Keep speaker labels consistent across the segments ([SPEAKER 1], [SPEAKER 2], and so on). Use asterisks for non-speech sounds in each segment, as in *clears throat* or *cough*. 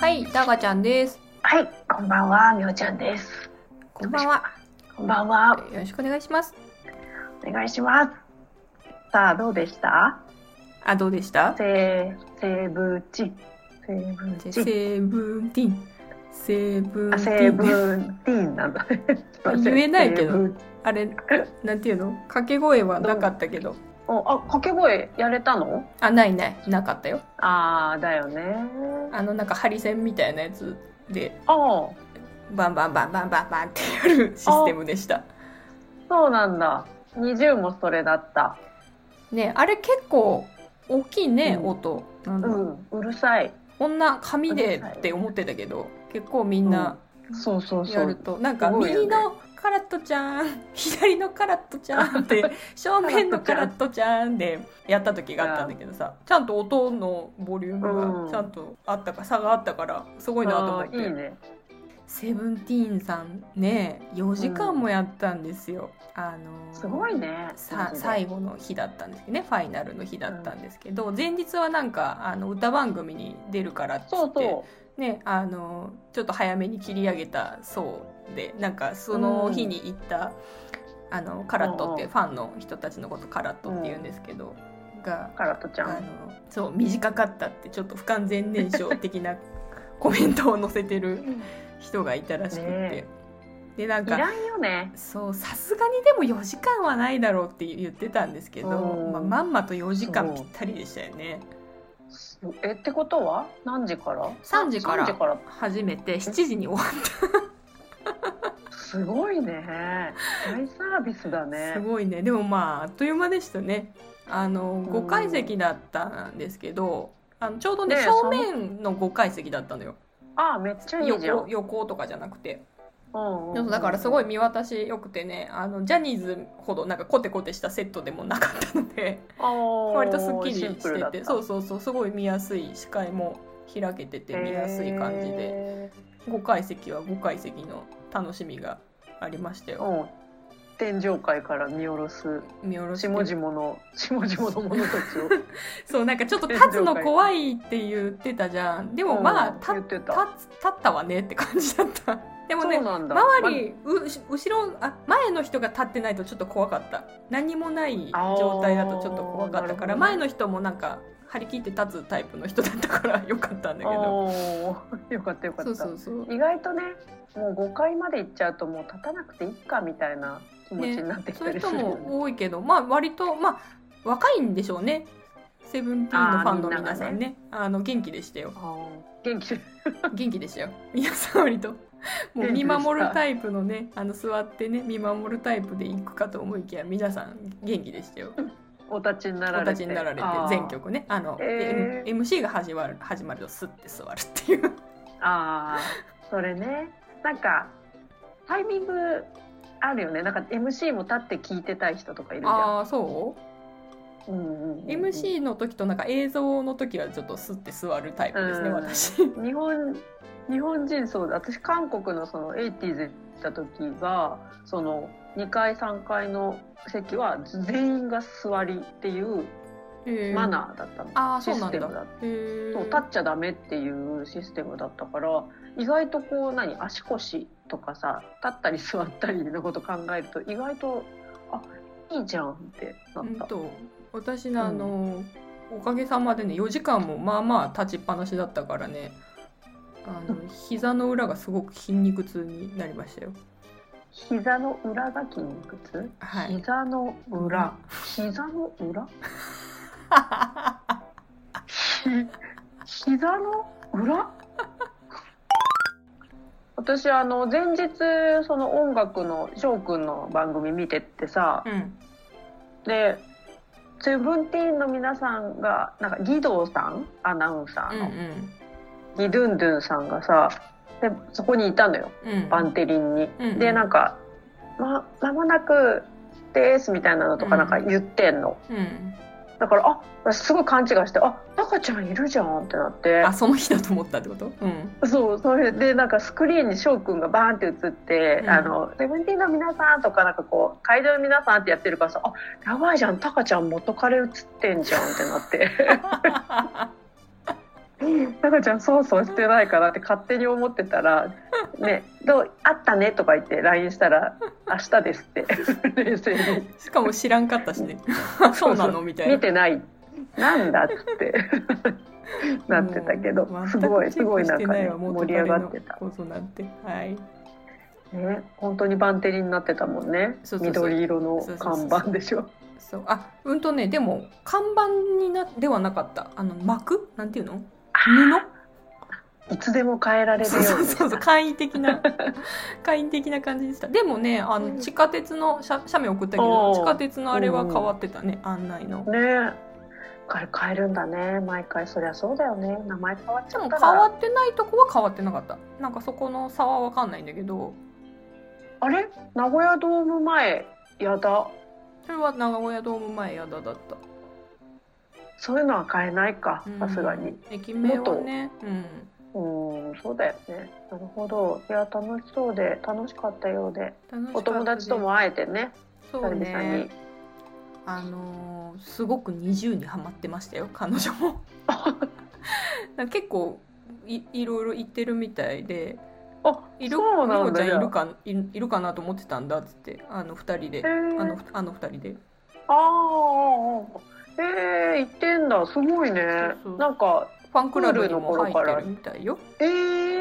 [SPEAKER 1] はい、タガちゃんです。
[SPEAKER 2] はい、こんばんは、みょうちゃんです。
[SPEAKER 1] こんばんは。
[SPEAKER 2] こんばんは、
[SPEAKER 1] よろしくお願いします。
[SPEAKER 2] お願いします。さあ、どうでした
[SPEAKER 1] あ、どうでした
[SPEAKER 2] セー、セーブチ。セーブチ。
[SPEAKER 1] セブンティーン。セブンティ
[SPEAKER 2] あ、セ
[SPEAKER 1] ー
[SPEAKER 2] ー
[SPEAKER 1] ン。
[SPEAKER 2] ブティーンなんだね。
[SPEAKER 1] *laughs* 言えないけど
[SPEAKER 2] セーブ
[SPEAKER 1] あれ、なんていうの掛け声はなかったけど。
[SPEAKER 2] おあ、掛け声やれたの
[SPEAKER 1] あ、ないない。なかったよ。
[SPEAKER 2] あー、だよね。
[SPEAKER 1] あの、なんかハリセンみたいなやつで、
[SPEAKER 2] あー、
[SPEAKER 1] バンバンバンバンバンバンってやるシステムでした。
[SPEAKER 2] そうなんだ。20もそれだった。
[SPEAKER 1] ねあれ結構大きいね、
[SPEAKER 2] うん
[SPEAKER 1] 音。なんだ
[SPEAKER 2] う
[SPEAKER 1] ろう、
[SPEAKER 2] ん、うるさい。
[SPEAKER 1] こんな紙でって思ってたけど、結構みんな、
[SPEAKER 2] そうそうそ
[SPEAKER 1] やる
[SPEAKER 2] う。
[SPEAKER 1] となんか
[SPEAKER 2] すごいよね
[SPEAKER 1] 右のカラットちゃん、 *laughs* 左のカラットちゃんっ
[SPEAKER 2] *laughs*
[SPEAKER 1] て正面のカラットちゃんでやった時があったんだけどさちゃんと音のボリューム
[SPEAKER 2] う
[SPEAKER 1] が
[SPEAKER 2] ん
[SPEAKER 1] ちゃんとあったか差があったからすごいなと思
[SPEAKER 2] あ
[SPEAKER 1] っ
[SPEAKER 2] ーいい
[SPEAKER 1] て
[SPEAKER 2] ね。
[SPEAKER 1] セブンティーンさんね4時間もやったんですよ。あのー
[SPEAKER 2] すごいね。
[SPEAKER 1] さ
[SPEAKER 2] 後。
[SPEAKER 1] 最後の日だったんですけどねファイナルの日だったんですけど、前日はなんかあの歌番組に出るからっつって
[SPEAKER 2] そうそう。
[SPEAKER 1] ね、あのちょっと早めに切り上げたそうでなんかその日に行った、あのカラットって
[SPEAKER 2] うん
[SPEAKER 1] ファンの人たちのことカラットって言うんですけど、が
[SPEAKER 2] カラトち
[SPEAKER 1] あ
[SPEAKER 2] ゃん。
[SPEAKER 1] のそう短かったってちょっと不完全燃焼的なコメントを載せてる人がいたらしくって、
[SPEAKER 2] ね
[SPEAKER 1] でなん
[SPEAKER 2] い
[SPEAKER 1] から
[SPEAKER 2] んよね。
[SPEAKER 1] そうさすがにでも4時間はないだろうって言ってたんですけど、
[SPEAKER 2] うん
[SPEAKER 1] まあ、まんまと4時間
[SPEAKER 2] そう
[SPEAKER 1] ぴったりでしたよね
[SPEAKER 2] えってことは何時から
[SPEAKER 1] 3時から
[SPEAKER 2] 3時から
[SPEAKER 1] 初めて7時に終わっ
[SPEAKER 2] すごいね大サービスだね
[SPEAKER 1] すごいねでもまああっという間でしたねあの
[SPEAKER 2] ん
[SPEAKER 1] 5階席だったんですけどあのちょうどね
[SPEAKER 2] ねえ
[SPEAKER 1] 正面の5階席だったのよ
[SPEAKER 2] あめっちゃいいじゃん
[SPEAKER 1] 横横とかじゃなくて
[SPEAKER 2] うんうん
[SPEAKER 1] そううんだからすごい見渡しよくてねあのジャニーズほどなんかコテコテしたセットでもなかったので
[SPEAKER 2] あー
[SPEAKER 1] 割とすっきり
[SPEAKER 2] シン
[SPEAKER 1] し
[SPEAKER 2] プルだってた
[SPEAKER 1] てそうそうそうすごい見やすい視界も開けてて見やすい感じで
[SPEAKER 2] へ
[SPEAKER 1] 5階席は5階席の楽しみがありました
[SPEAKER 2] ー
[SPEAKER 1] よ
[SPEAKER 2] うん天井界から見下ろす
[SPEAKER 1] 見下ろして
[SPEAKER 2] 下々の下々の者たちを
[SPEAKER 1] そうなんかちょっと立つの怖いって言ってたじゃんでもまあ
[SPEAKER 2] うん
[SPEAKER 1] 立
[SPEAKER 2] 言って
[SPEAKER 1] 立
[SPEAKER 2] た
[SPEAKER 1] つ立ったわねって感じだったでも
[SPEAKER 2] *laughs* そ
[SPEAKER 1] ね
[SPEAKER 2] うなんだ
[SPEAKER 1] 周りうし後ろあ前の人が立ってないとちょっと怖かった何もない状態だとちょっと怖かったから
[SPEAKER 2] あーなるほどね
[SPEAKER 1] 前の人もなんか張り切って立つタイプの人だったからよかったんだけ
[SPEAKER 2] ま
[SPEAKER 1] ど
[SPEAKER 2] あーよかったよか
[SPEAKER 1] そう
[SPEAKER 2] っ
[SPEAKER 1] そ
[SPEAKER 2] た
[SPEAKER 1] うそう
[SPEAKER 2] 意外とねもう5階まで行っちゃうともう立たなくていいかみたいな気持ちになってき
[SPEAKER 1] そうい
[SPEAKER 2] た
[SPEAKER 1] う
[SPEAKER 2] りす
[SPEAKER 1] 人
[SPEAKER 2] るよね
[SPEAKER 1] も多いけどまあ割とまあ若いんでしょうねセブンティーンのファンの皆さんねあの元気でしたよ
[SPEAKER 2] あー元気
[SPEAKER 1] 元気でしたよ皆さん割ともう
[SPEAKER 2] 元気で
[SPEAKER 1] 見
[SPEAKER 2] した
[SPEAKER 1] 守るタイプのねあの座ってね見守るタイプで行くかと思いきや皆さん元気でしたよ
[SPEAKER 2] お立ちにな
[SPEAKER 1] お
[SPEAKER 2] られて
[SPEAKER 1] 立ちになられて
[SPEAKER 2] あー
[SPEAKER 1] 全曲ねあの、
[SPEAKER 2] えー
[SPEAKER 1] M- MC が始まる始まるとスッて座るっていう
[SPEAKER 2] ああそれねなんかタイミングあるよねなんか MC も立って聞いてたい人とかいるじゃん
[SPEAKER 1] ああそう、
[SPEAKER 2] うんうんうんうん
[SPEAKER 1] MC の時となんか映像の時はちょっとスッて座るタイプですね
[SPEAKER 2] うん
[SPEAKER 1] 私
[SPEAKER 2] 日本日本人そうだ私韓国のその 80s 行った時がその2階3階の席は全員が座りっていう
[SPEAKER 1] へー
[SPEAKER 2] マナーだったの、
[SPEAKER 1] ああそ
[SPEAKER 2] シ
[SPEAKER 1] うな
[SPEAKER 2] ス
[SPEAKER 1] ん
[SPEAKER 2] テ
[SPEAKER 1] だ
[SPEAKER 2] ムだった
[SPEAKER 1] へー
[SPEAKER 2] そう立っちゃダメっていうシステムだったから意外とこう何足腰とかさ立ったり座ったりのこと考えると意外とあいいじゃんってな
[SPEAKER 1] うん
[SPEAKER 2] った、
[SPEAKER 1] と私のあの、おかげさまでね4時間もまあまあ立ちっぱなしだったからねあの膝の裏がすごく筋肉痛になりましたよ
[SPEAKER 2] 膝の裏が筋肉痛、
[SPEAKER 1] はい
[SPEAKER 2] 膝の裏膝の裏ひ膝の裏私あの前日その音楽の翔くんの番組見てってさ、
[SPEAKER 1] うん
[SPEAKER 2] でセブンティーンの皆さんがなんか義堂さんアナウンサ
[SPEAKER 1] う
[SPEAKER 2] ー
[SPEAKER 1] ん
[SPEAKER 2] の、ギドゥンドゥンさんがさでそこにいたのよ
[SPEAKER 1] うんうん
[SPEAKER 2] バンテリンに。
[SPEAKER 1] うんうん
[SPEAKER 2] でなんかま「間もなくです」みたいなのとかなんか言ってんの、
[SPEAKER 1] うん
[SPEAKER 2] だからあ私すごい勘違いして「あ赤ちゃんいるじゃん」ってなって
[SPEAKER 1] あその日だと思ったってこと
[SPEAKER 2] *laughs*
[SPEAKER 1] うん
[SPEAKER 2] そうそれでなんかスクリーンに翔くんがバーンって映って「
[SPEAKER 1] うん
[SPEAKER 2] あのセブンティーンの皆さん」とかなんかこう「会場の皆さん」ってやってるからさ「あやばいじゃんタカちゃん元カレ映ってんじゃん」ってなってタカちゃんそうそうしてないかなって勝手に思ってたら
[SPEAKER 1] *laughs*
[SPEAKER 2] 「ねどうあったね」とか言って LINE し
[SPEAKER 1] *laughs*
[SPEAKER 2] たら「明日です」って冷静に
[SPEAKER 1] しかも知らんかったし
[SPEAKER 2] *laughs*
[SPEAKER 1] ねそうなのみたいな
[SPEAKER 2] 見てないなんだっ
[SPEAKER 1] *laughs*
[SPEAKER 2] つってなってたけど
[SPEAKER 1] もう
[SPEAKER 2] すごい
[SPEAKER 1] 全
[SPEAKER 2] す
[SPEAKER 1] く
[SPEAKER 2] ごい
[SPEAKER 1] チェックして
[SPEAKER 2] なんか
[SPEAKER 1] ない
[SPEAKER 2] ね
[SPEAKER 1] わ元
[SPEAKER 2] 盛り上がってた
[SPEAKER 1] 彼のことなんてはい
[SPEAKER 2] ね本当にバンテリンになってたもんね
[SPEAKER 1] そうそうそう
[SPEAKER 2] 緑色の
[SPEAKER 1] そうそうそうそう
[SPEAKER 2] 看板でしょ
[SPEAKER 1] そうあうんとねでも看板になではなかったあの幕なんていうの
[SPEAKER 2] *laughs* いつでも変えられるよ
[SPEAKER 1] そう
[SPEAKER 2] う
[SPEAKER 1] そう
[SPEAKER 2] に
[SPEAKER 1] そうそう *laughs* 簡易的な簡易的な感じでしたでもねあ
[SPEAKER 2] う
[SPEAKER 1] の
[SPEAKER 2] ん
[SPEAKER 1] 地下鉄の斜斜面送ったけ
[SPEAKER 2] お
[SPEAKER 1] ど
[SPEAKER 2] ー
[SPEAKER 1] 地下鉄のあれは変わってたね案内の
[SPEAKER 2] ね変え変えるんだね毎回そりゃそうだよね名前変わっち
[SPEAKER 1] で
[SPEAKER 2] ゃ
[SPEAKER 1] も
[SPEAKER 2] った
[SPEAKER 1] 変
[SPEAKER 2] ら
[SPEAKER 1] わってないとこは変わってなかったなんかそこの差は分かんないんだけど
[SPEAKER 2] あれ名古屋ドーム前やだ
[SPEAKER 1] それは名古屋ドーム前やだだった
[SPEAKER 2] そういうのは変えないか
[SPEAKER 1] うん
[SPEAKER 2] さすがに
[SPEAKER 1] 駅名はねうん
[SPEAKER 2] うんそうだよねなるほどいや楽しそうで楽しかったようで
[SPEAKER 1] 楽しか
[SPEAKER 2] お
[SPEAKER 1] った
[SPEAKER 2] 友達と
[SPEAKER 1] で
[SPEAKER 2] も会えてね
[SPEAKER 1] そう
[SPEAKER 2] 久々に
[SPEAKER 1] ねあのーすごく二重にはまってましたよ彼女
[SPEAKER 2] *laughs*
[SPEAKER 1] もなんか結構いいろいろ行ってるみたいで
[SPEAKER 2] あ
[SPEAKER 1] いる
[SPEAKER 2] そうなんだ
[SPEAKER 1] みこちゃんいる
[SPEAKER 2] よ
[SPEAKER 1] かいいるかなと思ってたんだっつってあの二人で、
[SPEAKER 2] へー
[SPEAKER 1] あのあの二人で
[SPEAKER 2] あーあーあーえー、行ってんだすごいね
[SPEAKER 1] そうそう
[SPEAKER 2] なんか
[SPEAKER 1] ファンクラブにも入ってるみたいよ
[SPEAKER 2] え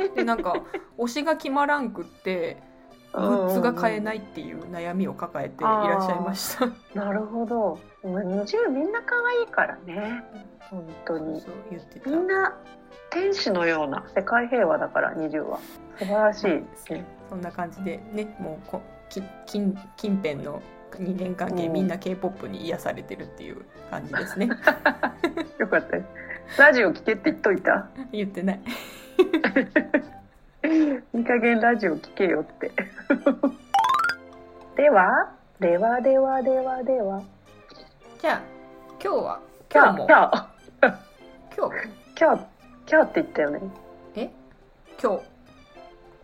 [SPEAKER 2] ー、
[SPEAKER 1] でなん
[SPEAKER 2] *laughs*
[SPEAKER 1] か推しが決まらんくってグッズが買えないっていう悩みを抱えていらっしゃいました *laughs*
[SPEAKER 2] なるほど。まあ20みんな可愛いからね。本当
[SPEAKER 1] そう
[SPEAKER 2] に。
[SPEAKER 1] 言ってた
[SPEAKER 2] みんな天使のような世界平和だから20は。素晴らしい。ね
[SPEAKER 1] そんな感じでねもうこき近近辺の2年間で
[SPEAKER 2] うん
[SPEAKER 1] みんな k p o p に癒されてるっていう感じです
[SPEAKER 2] *laughs*
[SPEAKER 1] ね
[SPEAKER 2] よかったです。ラジオ聞けって言っといた。
[SPEAKER 1] 言ってない
[SPEAKER 2] いい加減ラジオ聞けよって。 *laughs* では、ではではではでは。
[SPEAKER 1] じゃあ今日は
[SPEAKER 2] キ
[SPEAKER 1] 今
[SPEAKER 2] ャ
[SPEAKER 1] 日
[SPEAKER 2] ー
[SPEAKER 1] も
[SPEAKER 2] キャー
[SPEAKER 1] 今日
[SPEAKER 2] キャーキャーって言ったよね。
[SPEAKER 1] え今
[SPEAKER 2] キ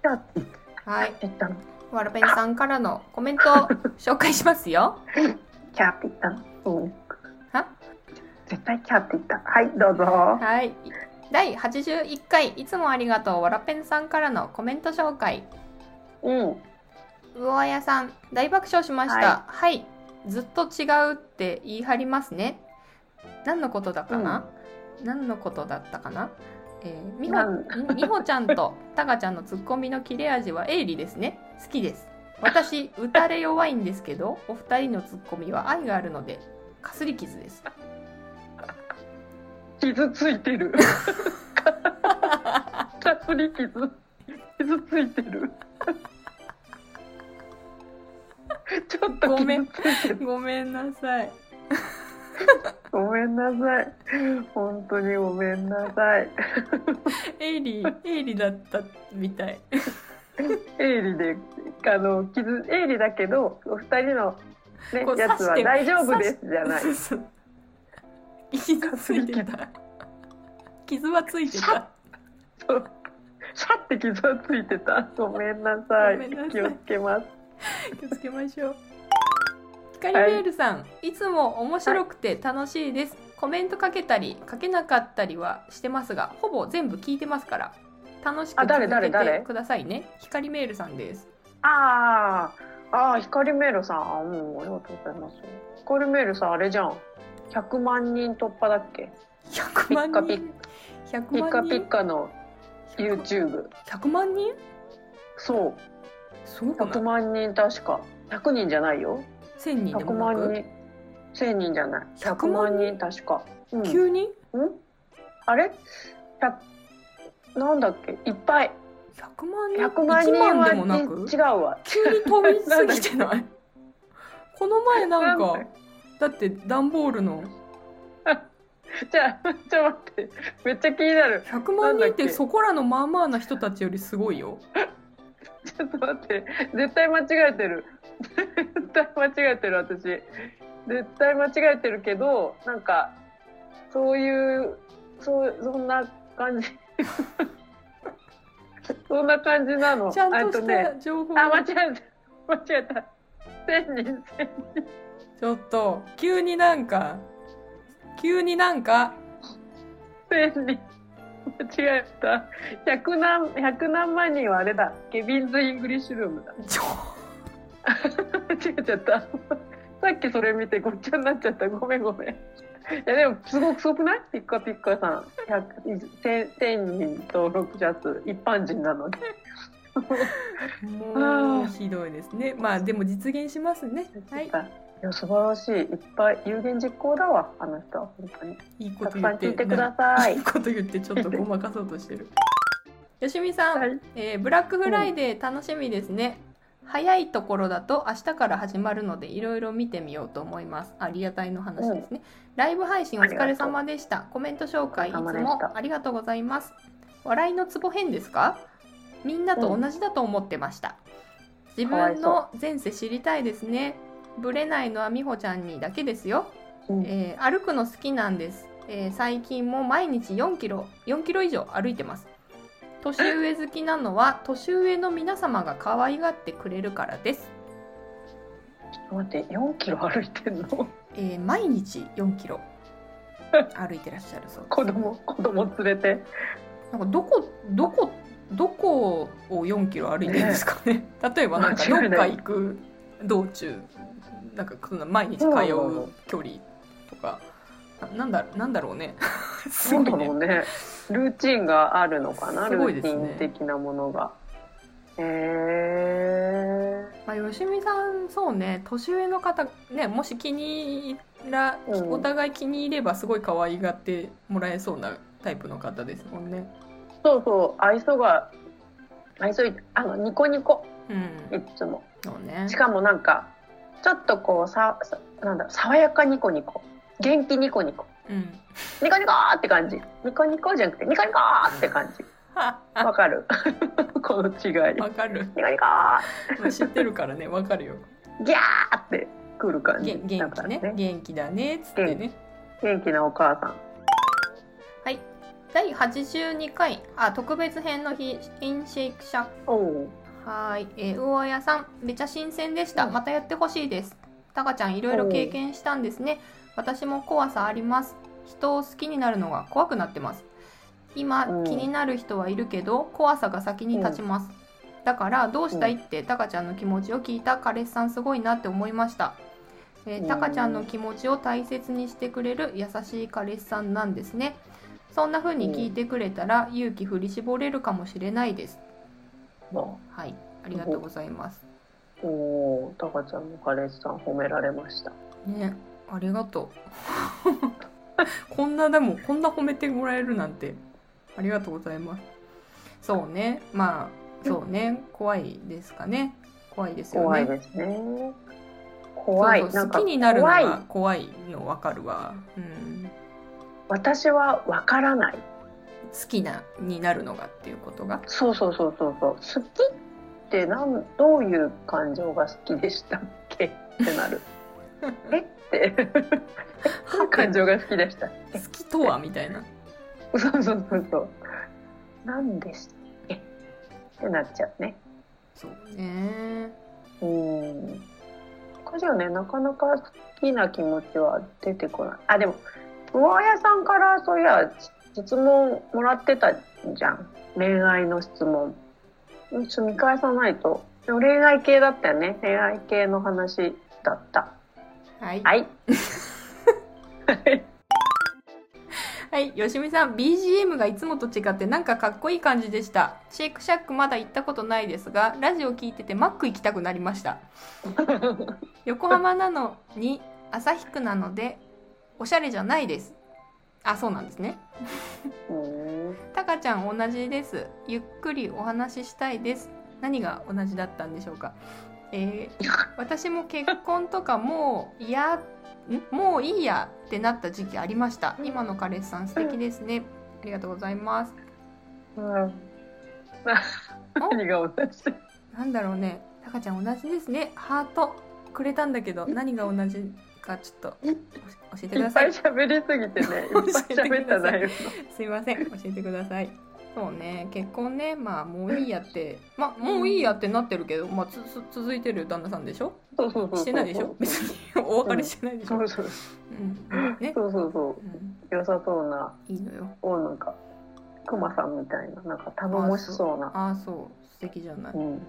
[SPEAKER 2] ャーって
[SPEAKER 1] 日はい
[SPEAKER 2] 言ったの。
[SPEAKER 1] わらべんさんからのコメントを紹介しますよ
[SPEAKER 2] キャーって言ったの。うん。
[SPEAKER 1] は
[SPEAKER 2] 絶対キャーって言った。はい、どうぞ。
[SPEAKER 1] はい第81回いつもありがとうわらぺんさんからのコメント紹介
[SPEAKER 2] うん。
[SPEAKER 1] 魚屋さん大爆笑しましたはい、ずっと違うって言い張りますね何のことだかな、何のことだったかなえー、み
[SPEAKER 2] な
[SPEAKER 1] ほ
[SPEAKER 2] ん
[SPEAKER 1] みみほちゃん *laughs* とたかちゃんのツッコミの切れ味は鋭利ですね好きです私打たれ弱いんですけどお二人のツッコミは愛があるのでかすり傷です
[SPEAKER 2] 傷ついて
[SPEAKER 1] *laughs*
[SPEAKER 2] る。かすり傷。傷ついて
[SPEAKER 1] *laughs*
[SPEAKER 2] る。ちょっと
[SPEAKER 1] ごめん
[SPEAKER 2] 傷ついてる。
[SPEAKER 1] *laughs* ごめんなさい
[SPEAKER 2] ごめんなさい。本当にごめんなさい。
[SPEAKER 1] 鋭利鋭利だったみたい
[SPEAKER 2] 鋭利で、あの、傷、鋭利だけど、お二人の、ね
[SPEAKER 1] こう、
[SPEAKER 2] やつ
[SPEAKER 1] 刺
[SPEAKER 2] は
[SPEAKER 1] して
[SPEAKER 2] 大丈夫ですじゃな
[SPEAKER 1] *laughs*
[SPEAKER 2] い。
[SPEAKER 1] そうそう傷ついてた傷はついてた
[SPEAKER 2] そうシャって傷がついてた。ごめんなさい。
[SPEAKER 1] ごめんなさい
[SPEAKER 2] 気をつけます。
[SPEAKER 1] 気をつけましょう光ベールさん、い、つも面白くて楽しいです、コメントかけたりかけなかったりはしてますがほぼ全部聞いてますから楽しく
[SPEAKER 2] あ誰
[SPEAKER 1] 続け
[SPEAKER 2] 誰誰
[SPEAKER 1] てくださいね光メールさんです
[SPEAKER 2] ああ、ああ、光メールさん、あうん、ありがとうございます。光メールさん、あれじゃん。100万人突破だっけ
[SPEAKER 1] 100万
[SPEAKER 2] ピッ
[SPEAKER 1] 人
[SPEAKER 2] ピ
[SPEAKER 1] 100
[SPEAKER 2] ッカ
[SPEAKER 1] 万
[SPEAKER 2] ピッ
[SPEAKER 1] 人
[SPEAKER 2] カの YouTube。
[SPEAKER 1] 100万人
[SPEAKER 2] そう、
[SPEAKER 1] すごく
[SPEAKER 2] 100
[SPEAKER 1] ない
[SPEAKER 2] 万人確か。100人じゃないよ。
[SPEAKER 1] 1000人でも
[SPEAKER 2] 100
[SPEAKER 1] な
[SPEAKER 2] 万
[SPEAKER 1] く
[SPEAKER 2] 人。1000人じゃない。
[SPEAKER 1] 100
[SPEAKER 2] 100
[SPEAKER 1] 万
[SPEAKER 2] 万人確か。うん。ん
[SPEAKER 1] 急に
[SPEAKER 2] あれ100なんだっけいっぱい。
[SPEAKER 1] 100万人
[SPEAKER 2] 100万人
[SPEAKER 1] 1万
[SPEAKER 2] は
[SPEAKER 1] でもなく
[SPEAKER 2] 違うわ。 *laughs*
[SPEAKER 1] 急に飛びすぎてないこの前なんか
[SPEAKER 2] なん
[SPEAKER 1] だって段ボールの
[SPEAKER 2] じゃあ、ちょっと待って。めっちゃ気になる。
[SPEAKER 1] 100万
[SPEAKER 2] な
[SPEAKER 1] 人
[SPEAKER 2] んだ
[SPEAKER 1] っ
[SPEAKER 2] っけ
[SPEAKER 1] てそこらのまあまあな人たちよりすごいよ
[SPEAKER 2] ちょっと待って、絶対間違えてる。絶対間違えてる、私。絶対間違えてるけど、なんか、そういう、そう、そんな感じ。 *laughs* そんな感じなの。
[SPEAKER 1] ちゃ
[SPEAKER 2] え
[SPEAKER 1] ん
[SPEAKER 2] っ
[SPEAKER 1] とし
[SPEAKER 2] ね、
[SPEAKER 1] た情報
[SPEAKER 2] *laughs* あ、間違えた。間違えた。千人、千人。
[SPEAKER 1] ちょっと急になんか急になんか
[SPEAKER 2] 千人。間違えた。百何、百何万人はあれだ。ケビンズ・イングリッシュルームだ。 *laughs*
[SPEAKER 1] ちょ
[SPEAKER 2] 間違えちゃった。さっきそれ見てごっちゃになっちゃった。ごめんごめん。いやでもすごくすごくないピッカピッカさん。100 1000人登録者数、一般人なので。
[SPEAKER 1] もうひどいですねまあでも実現しますねはい
[SPEAKER 2] いや素晴らしい。いっぱい有言実行だわ、あの人は本当に。
[SPEAKER 1] いいこと
[SPEAKER 2] たく
[SPEAKER 1] 言
[SPEAKER 2] さん
[SPEAKER 1] って
[SPEAKER 2] 聞いてください
[SPEAKER 1] いい。こと言ってちょっとごまかそうと
[SPEAKER 2] *laughs*
[SPEAKER 1] してるよしみさん、
[SPEAKER 2] はい
[SPEAKER 1] えーブラックフライデー楽しみですね、早いところだと明日から始まるのでいろいろ見てみようと思いますあリアタイの話ですね、ライブ配信お疲れ様でしたコメント紹介いつ
[SPEAKER 2] お疲れ様でし
[SPEAKER 1] も
[SPEAKER 2] た
[SPEAKER 1] ありがとうございます笑いのツボ編ですかみんなと同じだと思ってました、自分
[SPEAKER 2] か
[SPEAKER 1] の前世知りたいですねブレないのは美穂ちゃんにだけですよ
[SPEAKER 2] うん
[SPEAKER 1] えー歩くの好きなんです、えー最近も毎日4キロ4キロ以上歩いてます年上好きなのは年上の皆様が可愛がってくれるからです、
[SPEAKER 2] 待って、4キロ歩いてんの
[SPEAKER 1] えー毎日4キロ歩いてらっしゃるそうです
[SPEAKER 2] *laughs* 子供、子供連れて。
[SPEAKER 1] なんかどこどこどこを4キロ歩いてるんですかね *laughs* 例えばなんかど
[SPEAKER 2] 間違
[SPEAKER 1] っ
[SPEAKER 2] いな
[SPEAKER 1] か
[SPEAKER 2] い
[SPEAKER 1] 行く道中なんかそんな毎日通う距離とかななんだなんだろうね *laughs* すご
[SPEAKER 2] そう
[SPEAKER 1] い
[SPEAKER 2] だ
[SPEAKER 1] ね
[SPEAKER 2] ろうね。ルーチンがあるのかな、
[SPEAKER 1] す
[SPEAKER 2] ル
[SPEAKER 1] ごい
[SPEAKER 2] ー
[SPEAKER 1] です
[SPEAKER 2] テ
[SPEAKER 1] ね
[SPEAKER 2] ィン的なものが。へえ
[SPEAKER 1] まあ、よしみさんそうね年上の方ねもし気に入ら、
[SPEAKER 2] うん
[SPEAKER 1] お互い気に入ればすごい可愛がってもらえそうなタイプの方ですもんね。
[SPEAKER 2] そうそう、愛想が、愛想い、あの、ニコニコ、
[SPEAKER 1] うん、
[SPEAKER 2] いつも。
[SPEAKER 1] そうね
[SPEAKER 2] しかもなんか、ちょっとこう、さ、さなんだ、爽やかニコニコ。元気ニコニコ。
[SPEAKER 1] うん、
[SPEAKER 2] ニコニコーって感じ。ニコニコじゃなくて、ニコニコーって感
[SPEAKER 1] *laughs*
[SPEAKER 2] じ。
[SPEAKER 1] はあ
[SPEAKER 2] わかる *laughs* この違い。ニ
[SPEAKER 1] わかる、
[SPEAKER 2] コニコー
[SPEAKER 1] まあ知ってるからねわかるよ
[SPEAKER 2] ギャーって来る感
[SPEAKER 1] げ
[SPEAKER 2] じ
[SPEAKER 1] ん
[SPEAKER 2] だ
[SPEAKER 1] 元
[SPEAKER 2] か
[SPEAKER 1] 気ね
[SPEAKER 2] らね
[SPEAKER 1] 元気だねっつってね
[SPEAKER 2] 元気なお母さん
[SPEAKER 1] はい第82回あ特別編の日インシェイクシャ
[SPEAKER 2] おお
[SPEAKER 1] はい、えー、魚屋さん、めちゃ新鮮でした。またやってほしいです。たかちゃん、いろいろ経験したんですね。私も怖さあります。人を好きになるのが怖くなってます。今、
[SPEAKER 2] うん
[SPEAKER 1] 気になる人はいるけど、怖さが先に立ちます。だから、どうしたいって、たかちゃんの気持ちを聞いた彼氏さん、すごいなって思いました。えー、たかちゃんの気持ちを大切にしてくれる優しい彼氏さんなんですね。そんな風に聞いてくれたら、勇気振り絞れるかもしれないです。
[SPEAKER 2] お
[SPEAKER 1] はい、ありがとうございます。
[SPEAKER 2] おータカちゃんの彼氏さん褒められました
[SPEAKER 1] ね、ありがとう。 *laughs* こんなでもこんな褒めてもらえるなんてありがとうございます。そうね、まあそうね、怖いですかね。怖いですよね。
[SPEAKER 2] 怖いですね怖い
[SPEAKER 1] そうそ
[SPEAKER 2] な
[SPEAKER 1] うん好
[SPEAKER 2] か
[SPEAKER 1] きになるの
[SPEAKER 2] 怖い
[SPEAKER 1] が怖いのわかるわ。うん。
[SPEAKER 2] 私はわからない
[SPEAKER 1] 好きなになるのがっていうことが。
[SPEAKER 2] そうそうそうそうそう好きってなんどういう感情が好きでしたっけって
[SPEAKER 1] *laughs*
[SPEAKER 2] なるえってどういう感情が好きでしたっけ
[SPEAKER 1] 好きとはみたいな。
[SPEAKER 2] そうそうそうそう。なんでしたっけってなっちゃうね。
[SPEAKER 1] そうね。
[SPEAKER 2] うん。これはね、なかなか好きな気持ちは出てこない。あ、でも、魚屋さんからそういや、ち質問もらってたじゃん。恋愛の質問。ちょっと見返さないと。でも恋愛系だったよね。恋愛系の話だった。
[SPEAKER 1] はい。
[SPEAKER 2] はい。
[SPEAKER 1] はい、よしみさん、BGM がいつもと違ってなんかかっこいい感じでした。シェイクシャックまだ行ったことないですが、ラジオ聞いててマック行きたくなりました。横浜なのに旭区なので、おしゃれじゃないです。あ、そうなんですね。
[SPEAKER 2] うん
[SPEAKER 1] たかちゃん同じです。ゆっくりお話ししたいです。何が同じだったんでしょうか。えー私も結婚とかもういやんもういいやってなった時期ありました。今の彼氏さん素敵ですね。ありがとうございます。
[SPEAKER 2] うん。 *laughs* な何が同じ
[SPEAKER 1] なんだろうね。たかちゃん同じですね。ハートくれたんだけど何が同じかちょっと教えてく
[SPEAKER 2] い
[SPEAKER 1] だ
[SPEAKER 2] っ
[SPEAKER 1] さ
[SPEAKER 2] ぱい
[SPEAKER 1] い。
[SPEAKER 2] 喋りすぎてね、いっぱい喋った内容。
[SPEAKER 1] すいません教えてくださいそうね結婚ねまあもういいや
[SPEAKER 2] *laughs*
[SPEAKER 1] ってまあもういいやってなってるけど、まあ、つつ続いてる旦那さんでしょ
[SPEAKER 2] そうそうそうそう。
[SPEAKER 1] してないでしょ別にお別れしてないでしょ、
[SPEAKER 2] そうそう
[SPEAKER 1] うんね、
[SPEAKER 2] そうそうそうう。良さそうな、
[SPEAKER 1] ん、いいのよ
[SPEAKER 2] おなんか、クマさんみたいななんか頼もしそうな
[SPEAKER 1] ああそう素敵じゃない、
[SPEAKER 2] うん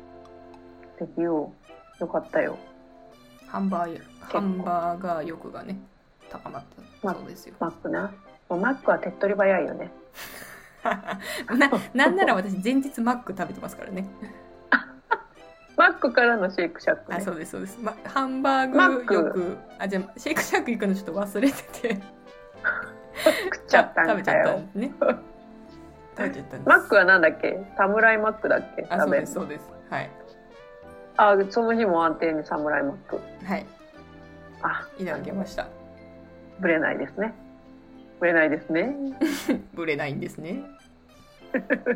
[SPEAKER 2] 素敵よよかったよ
[SPEAKER 1] ハンバーグ
[SPEAKER 2] 構
[SPEAKER 1] ハンバーガー欲がね高まった
[SPEAKER 2] ま
[SPEAKER 1] そうですよ、 *laughs*
[SPEAKER 2] マックなもうマックは手っ取り早いよね *laughs*
[SPEAKER 1] ななんなら私前日マック食べてますからね
[SPEAKER 2] マックからのシェイクシャック、ね、
[SPEAKER 1] あそうですそうです、ま、ハンバー
[SPEAKER 2] マッ
[SPEAKER 1] グ
[SPEAKER 2] ク
[SPEAKER 1] よくあじゃあシェイクシャック行くのちょっと忘れて
[SPEAKER 2] *laughs*
[SPEAKER 1] て
[SPEAKER 2] 食っちゃった
[SPEAKER 1] 食べ
[SPEAKER 2] ん
[SPEAKER 1] ちゃ
[SPEAKER 2] だ
[SPEAKER 1] った
[SPEAKER 2] よ
[SPEAKER 1] んです
[SPEAKER 2] *laughs*
[SPEAKER 1] ね食べちゃったんです
[SPEAKER 2] マックはなんだっけサムライマックだっけ
[SPEAKER 1] あそ
[SPEAKER 2] 食
[SPEAKER 1] う
[SPEAKER 2] べ
[SPEAKER 1] ですそうですはい
[SPEAKER 2] あその日も安定にサムライマック
[SPEAKER 1] はい
[SPEAKER 2] あ
[SPEAKER 1] いただきました
[SPEAKER 2] ぶれないですねぶれないで
[SPEAKER 1] *laughs*
[SPEAKER 2] すね
[SPEAKER 1] ぶれないんですね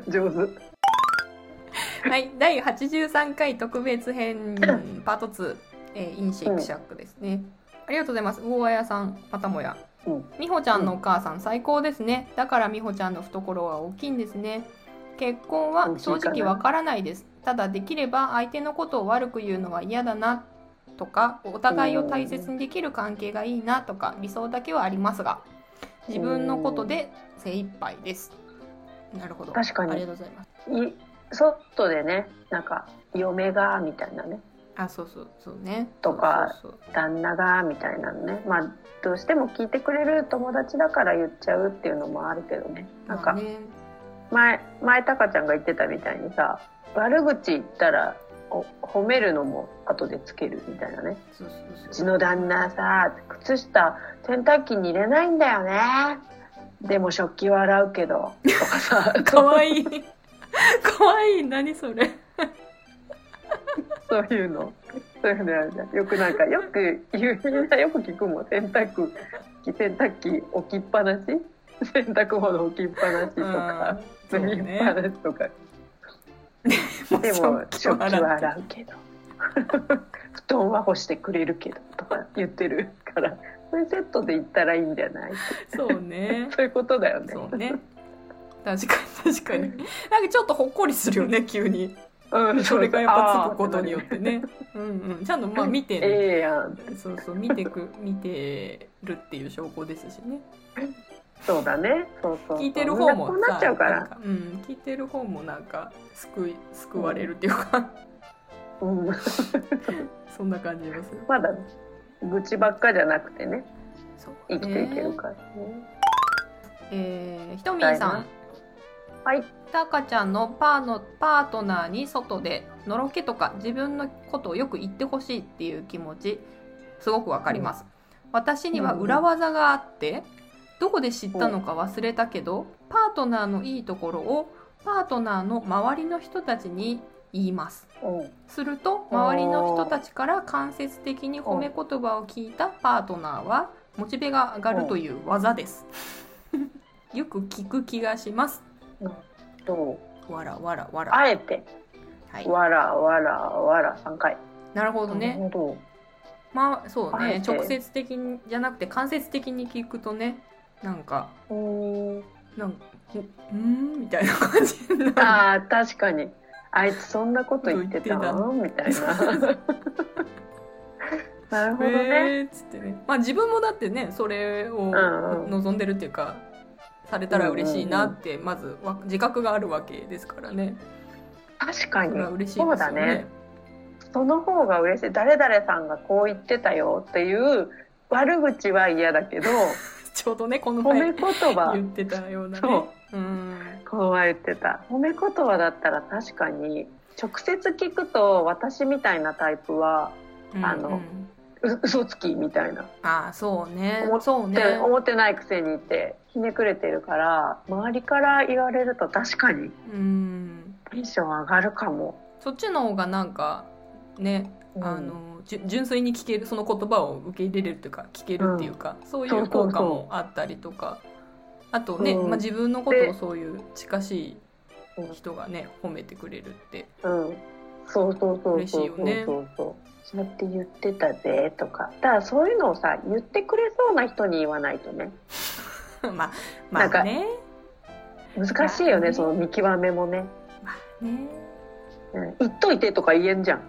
[SPEAKER 2] 上手
[SPEAKER 1] *laughs* はい第83回特別編
[SPEAKER 2] *laughs*
[SPEAKER 1] パート2、えーインシェイクシャックですね、ありがとうございます魚屋さんまたもや、
[SPEAKER 2] うん
[SPEAKER 1] みほちゃんのお母さん最高ですねだからみほちゃんの懐は大きいんですね結婚は正直わからないですただできれば相手のことを悪く言うのは嫌だなとかお互いを大切にできる関係がいいなとか理想だけはありますが自分のことで精一杯ですなるほど
[SPEAKER 2] 確かに
[SPEAKER 1] ありがとうございます
[SPEAKER 2] い外でねなんか嫁がみたいなね
[SPEAKER 1] あそうそうそうね
[SPEAKER 2] とか
[SPEAKER 1] そうそうそう
[SPEAKER 2] 旦那がみたいなのねまあどうしても聞いてくれる友達だから言っちゃうっていうのもあるけどねなん
[SPEAKER 1] まあ
[SPEAKER 2] か
[SPEAKER 1] ね
[SPEAKER 2] 前前タカちゃんが言ってたみたいにさ悪口言ったらお褒めるのも後でつけるみたいなね
[SPEAKER 1] そうそう
[SPEAKER 2] う
[SPEAKER 1] そ
[SPEAKER 2] ち
[SPEAKER 1] う
[SPEAKER 2] の旦那さ靴下洗濯機に入れないんだよねでも食器は洗うけどと
[SPEAKER 1] *laughs*
[SPEAKER 2] かさ
[SPEAKER 1] かわいいかわいい何それ
[SPEAKER 2] そういうの。そういうのやるじゃん。よくなんか、よく言う、みんなよく聞くもん。洗濯機、洗濯機置きっぱなし洗濯物置きっぱなしとか、
[SPEAKER 1] う
[SPEAKER 2] 脱
[SPEAKER 1] ん
[SPEAKER 2] ぎ
[SPEAKER 1] そう
[SPEAKER 2] っ
[SPEAKER 1] ね
[SPEAKER 2] ぱなしとか。でも、
[SPEAKER 1] 食器
[SPEAKER 2] 食器
[SPEAKER 1] 洗って
[SPEAKER 2] は洗うけど。布団は干してくれるけど、とか言ってるから。それセットで言ったらいいんじゃない
[SPEAKER 1] そうね
[SPEAKER 2] そういうことだよね。
[SPEAKER 1] そうね確かに確かになんかちょっとほっこりするよね急に
[SPEAKER 2] う
[SPEAKER 1] *laughs*
[SPEAKER 2] ん、
[SPEAKER 1] それがやっぱつくことによ
[SPEAKER 2] て。
[SPEAKER 1] ってねうんうんちゃんとまあ見てね、
[SPEAKER 2] ええやん。
[SPEAKER 1] そうそう見てく見てるっていう証拠ですしね
[SPEAKER 2] そうだね。そうそうそう。
[SPEAKER 1] 聞いてる方も
[SPEAKER 2] みんなこうなっちゃうから
[SPEAKER 1] なん。うん、聞いてる方もなんか救い救われるっていうか、
[SPEAKER 2] うん。
[SPEAKER 1] そんな感じがする
[SPEAKER 2] まだ愚痴ばっかじゃなくてね
[SPEAKER 1] そう
[SPEAKER 2] 生きていけるから、ね
[SPEAKER 1] えーひとみんさ
[SPEAKER 2] だい
[SPEAKER 1] ん
[SPEAKER 2] ぶはい
[SPEAKER 1] たかちゃんのパーのパートナーに外でのろけとか自分のことをよく言ってほしいっていう気持ちすごくわかります、私には裏技があってどこで知ったのか忘れたけどパートナーのいいところをパートナーの周りの人たちに言います
[SPEAKER 2] うん
[SPEAKER 1] すると周りの人たちから間接的に褒め言葉を聞いたパートナーはモチベが上がるという技ですよく聞く気がします
[SPEAKER 2] そう
[SPEAKER 1] わらわらわら
[SPEAKER 2] あえて
[SPEAKER 1] はい
[SPEAKER 2] わらわらわら3回
[SPEAKER 1] なるほどね、
[SPEAKER 2] なるほ
[SPEAKER 1] まあそう
[SPEAKER 2] あ
[SPEAKER 1] ね
[SPEAKER 2] えて
[SPEAKER 1] 直接的にじゃなくて間接的に聞くとねなんか
[SPEAKER 2] どうーん
[SPEAKER 1] なんかううーんみたいな感じになる
[SPEAKER 2] あー確かにあいつそんなこと言ってたみたい *laughs* ななるほどね、
[SPEAKER 1] えーっつってねまあ自分もだってねそれを
[SPEAKER 2] んうん
[SPEAKER 1] 望んでるっていうか、されたら嬉しいなってまずわ自覚があるわけですからね
[SPEAKER 2] 確か
[SPEAKER 1] そ
[SPEAKER 2] に
[SPEAKER 1] れは嬉しいです
[SPEAKER 2] そ
[SPEAKER 1] よ
[SPEAKER 2] うだねその方が嬉しい誰々さんがこう言ってたよっていう悪口は嫌だけど
[SPEAKER 1] ちょうどねこの
[SPEAKER 2] 褒
[SPEAKER 1] 前
[SPEAKER 2] め言葉
[SPEAKER 1] 言ってたようなね
[SPEAKER 2] そう
[SPEAKER 1] うーん
[SPEAKER 2] この前言ってた褒め言葉だったら確かに直接聞くと私みたいなタイプはあの
[SPEAKER 1] うんうん
[SPEAKER 2] う嘘つきみたいな、っ
[SPEAKER 1] あーそうね
[SPEAKER 2] 思っ
[SPEAKER 1] そうね
[SPEAKER 2] て思ってないくせにってひねくれてるから周りから言われると確かに
[SPEAKER 1] うーん
[SPEAKER 2] テンション上がるかも。
[SPEAKER 1] そっちの方がなんかね、
[SPEAKER 2] うん
[SPEAKER 1] あのじゅ純粋に聞けるその言葉を受け入れれるというか聞けるっていうか、そういう効果もあったりとかあとね、
[SPEAKER 2] うん
[SPEAKER 1] まあ、自分のことをそういう近しい人がね褒めてくれるって *laughs*
[SPEAKER 2] うんそうそうそう
[SPEAKER 1] 嬉し
[SPEAKER 2] そ
[SPEAKER 1] いうよ
[SPEAKER 2] そう
[SPEAKER 1] ね
[SPEAKER 2] そうそう、そうやって言ってたぜとかだからそういうのをさ言ってくれそうな人に言わないとね
[SPEAKER 1] まあまあね *laughs*
[SPEAKER 2] 難しいよ
[SPEAKER 1] まあ
[SPEAKER 2] ね
[SPEAKER 1] ね
[SPEAKER 2] その見極めもね、
[SPEAKER 1] まあね
[SPEAKER 2] うん、言っといてとか言えんじゃん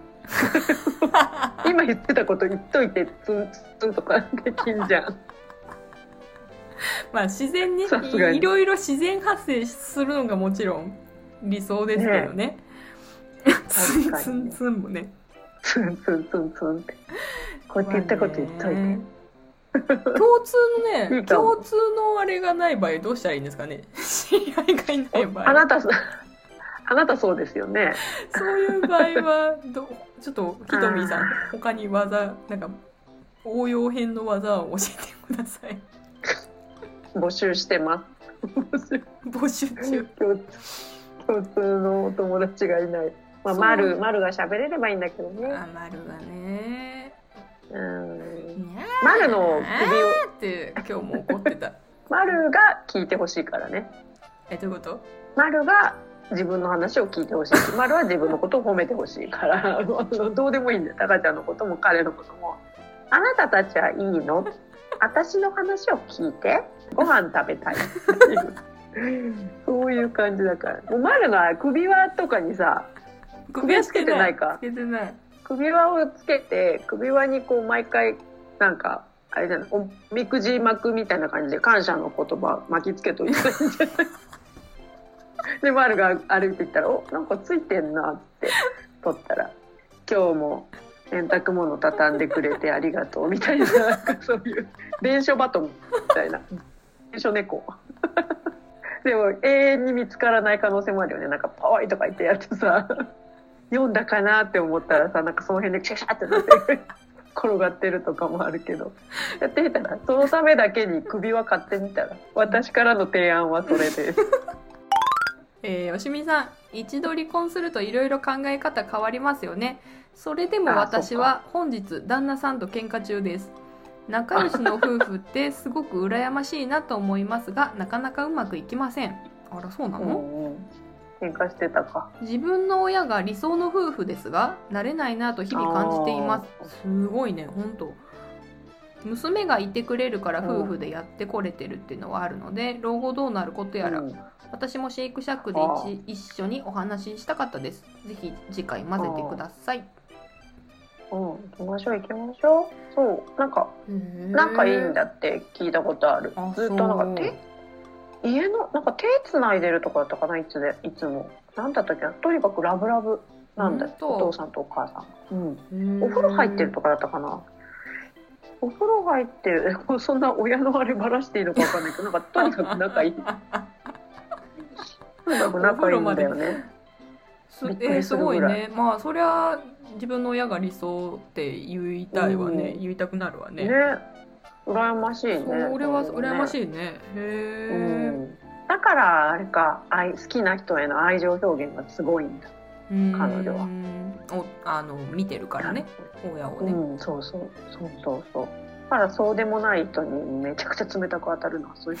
[SPEAKER 2] 今言ってたこと言っといてツンツンとかできんじゃん
[SPEAKER 1] まあ自然に
[SPEAKER 2] さすがに
[SPEAKER 1] いろいろ自然発生するのがもちろん理想ですけどね。 *laughs* ツン
[SPEAKER 2] 確
[SPEAKER 1] ツ
[SPEAKER 2] かに
[SPEAKER 1] ンツンもね。
[SPEAKER 2] *laughs* ツンツンツンツンって。こうやって言ったこと言っとい
[SPEAKER 1] まあ
[SPEAKER 2] て。
[SPEAKER 1] ね共通
[SPEAKER 2] *laughs*
[SPEAKER 1] の
[SPEAKER 2] い
[SPEAKER 1] ね
[SPEAKER 2] いかも
[SPEAKER 1] 共通のあれがない場合どうしたらいいんですかね知り合いがいない場
[SPEAKER 2] あ
[SPEAKER 1] 合
[SPEAKER 2] なた、 *laughs* あなたそうですよね。
[SPEAKER 1] そういう場合はどちょっとキトミーさん他に技なんか応用編の技を教えてください *laughs*
[SPEAKER 2] 募集してます。
[SPEAKER 1] 募集中
[SPEAKER 2] 共通共通のお友達がいない。まあ、
[SPEAKER 1] そう
[SPEAKER 2] 丸、丸が喋れればいいんだけどね。
[SPEAKER 1] あまるがね
[SPEAKER 2] うん。
[SPEAKER 1] にゃ
[SPEAKER 2] 丸
[SPEAKER 1] ー
[SPEAKER 2] の首を、
[SPEAKER 1] って今日も怒ってた
[SPEAKER 2] 丸が聞いてほしいからね。
[SPEAKER 1] えどういうこと
[SPEAKER 2] 丸が自分の話を聞いてほしいし丸は自分のことを褒めてほしいから *laughs* あのどうでもいいんだよタカちゃんのことも彼のことも「あなたたちはいいの私の話を聞いてご飯食べ *laughs* たい」っていうそういう感じだからもう丸の首輪とかにさ首はつけてないか
[SPEAKER 1] つけてない
[SPEAKER 2] 首輪をつけて首輪にこう毎回なんかあれじゃないおみくじ巻くみたいな感じで感謝の言葉巻きつけといてでマルが歩いていったら「おなんかついてんな」って取ったら「今日も洗濯物畳んでくれてありがとう」みたいななんかそういう伝書バトンみたいな伝書猫。でも永遠に見つからない可能性もあるよねなんか「パワイ」とか言ってやってさ読んだかなって思ったらさなんかその辺でシャシャってなって転がってるとかもあるけ
[SPEAKER 1] *laughs*
[SPEAKER 2] どやってみたらそのためだけに首は買ってみたら私からの提案はそれです
[SPEAKER 1] えー、おしみさん一度離婚するといろいろ考え方変わりますよねそれでも
[SPEAKER 2] あ
[SPEAKER 1] 私は本日旦那さんと喧嘩中です仲良しの夫婦ってすごく羨ましいなと思いますが *laughs* なかなかうまくいきません *laughs* あらそうなの、
[SPEAKER 2] うんうん喧嘩してたか
[SPEAKER 1] 自分の親が理想の夫婦ですが慣れないなと日々感じていますすごいね本当娘がいてくれるから夫婦でやってこれてるっていうのはあるので老後どうなることやら、
[SPEAKER 2] うん
[SPEAKER 1] 私もシェイクシャックで
[SPEAKER 2] あー
[SPEAKER 1] 一一緒にお話ししたかったですぜひ次回混ぜてください
[SPEAKER 2] うん、行きましょう行きましょうそうなんか仲いいんだって聞いたことある
[SPEAKER 1] あ
[SPEAKER 2] ずっと
[SPEAKER 1] そう
[SPEAKER 2] なんか手家のなんか手つないでるとかだったかないつでいつもなんだったっけなとにかくラブラブなんだ
[SPEAKER 1] ほんと
[SPEAKER 2] お父さんとお母さん、うん、
[SPEAKER 1] お
[SPEAKER 2] お風呂入ってるとかだったかな。お風呂入ってる、そんな親のあればらしていいのかわかんないけど、なんかとにかく仲いい。とにかく仲いいんだよね。
[SPEAKER 1] す
[SPEAKER 2] びっく
[SPEAKER 1] えー
[SPEAKER 2] り
[SPEAKER 1] す
[SPEAKER 2] する
[SPEAKER 1] ごい
[SPEAKER 2] ぐらい
[SPEAKER 1] ねまあそりゃ自分の親が理想って言いたいわね
[SPEAKER 2] うん
[SPEAKER 1] 言いたくなるわね
[SPEAKER 2] ね。羨ましいね。
[SPEAKER 1] それは羨ま
[SPEAKER 2] い。
[SPEAKER 1] しいねへ
[SPEAKER 2] う
[SPEAKER 1] え
[SPEAKER 2] ん。だから、あれか、愛、好きな人への愛情表現がすごいんだ。彼女は
[SPEAKER 1] おあの見てるからね親を
[SPEAKER 2] う
[SPEAKER 1] ね、
[SPEAKER 2] ん、そうそう、そうそうそう。だから、そうでもない人にめちゃくちゃ冷たく当たるのは、そういう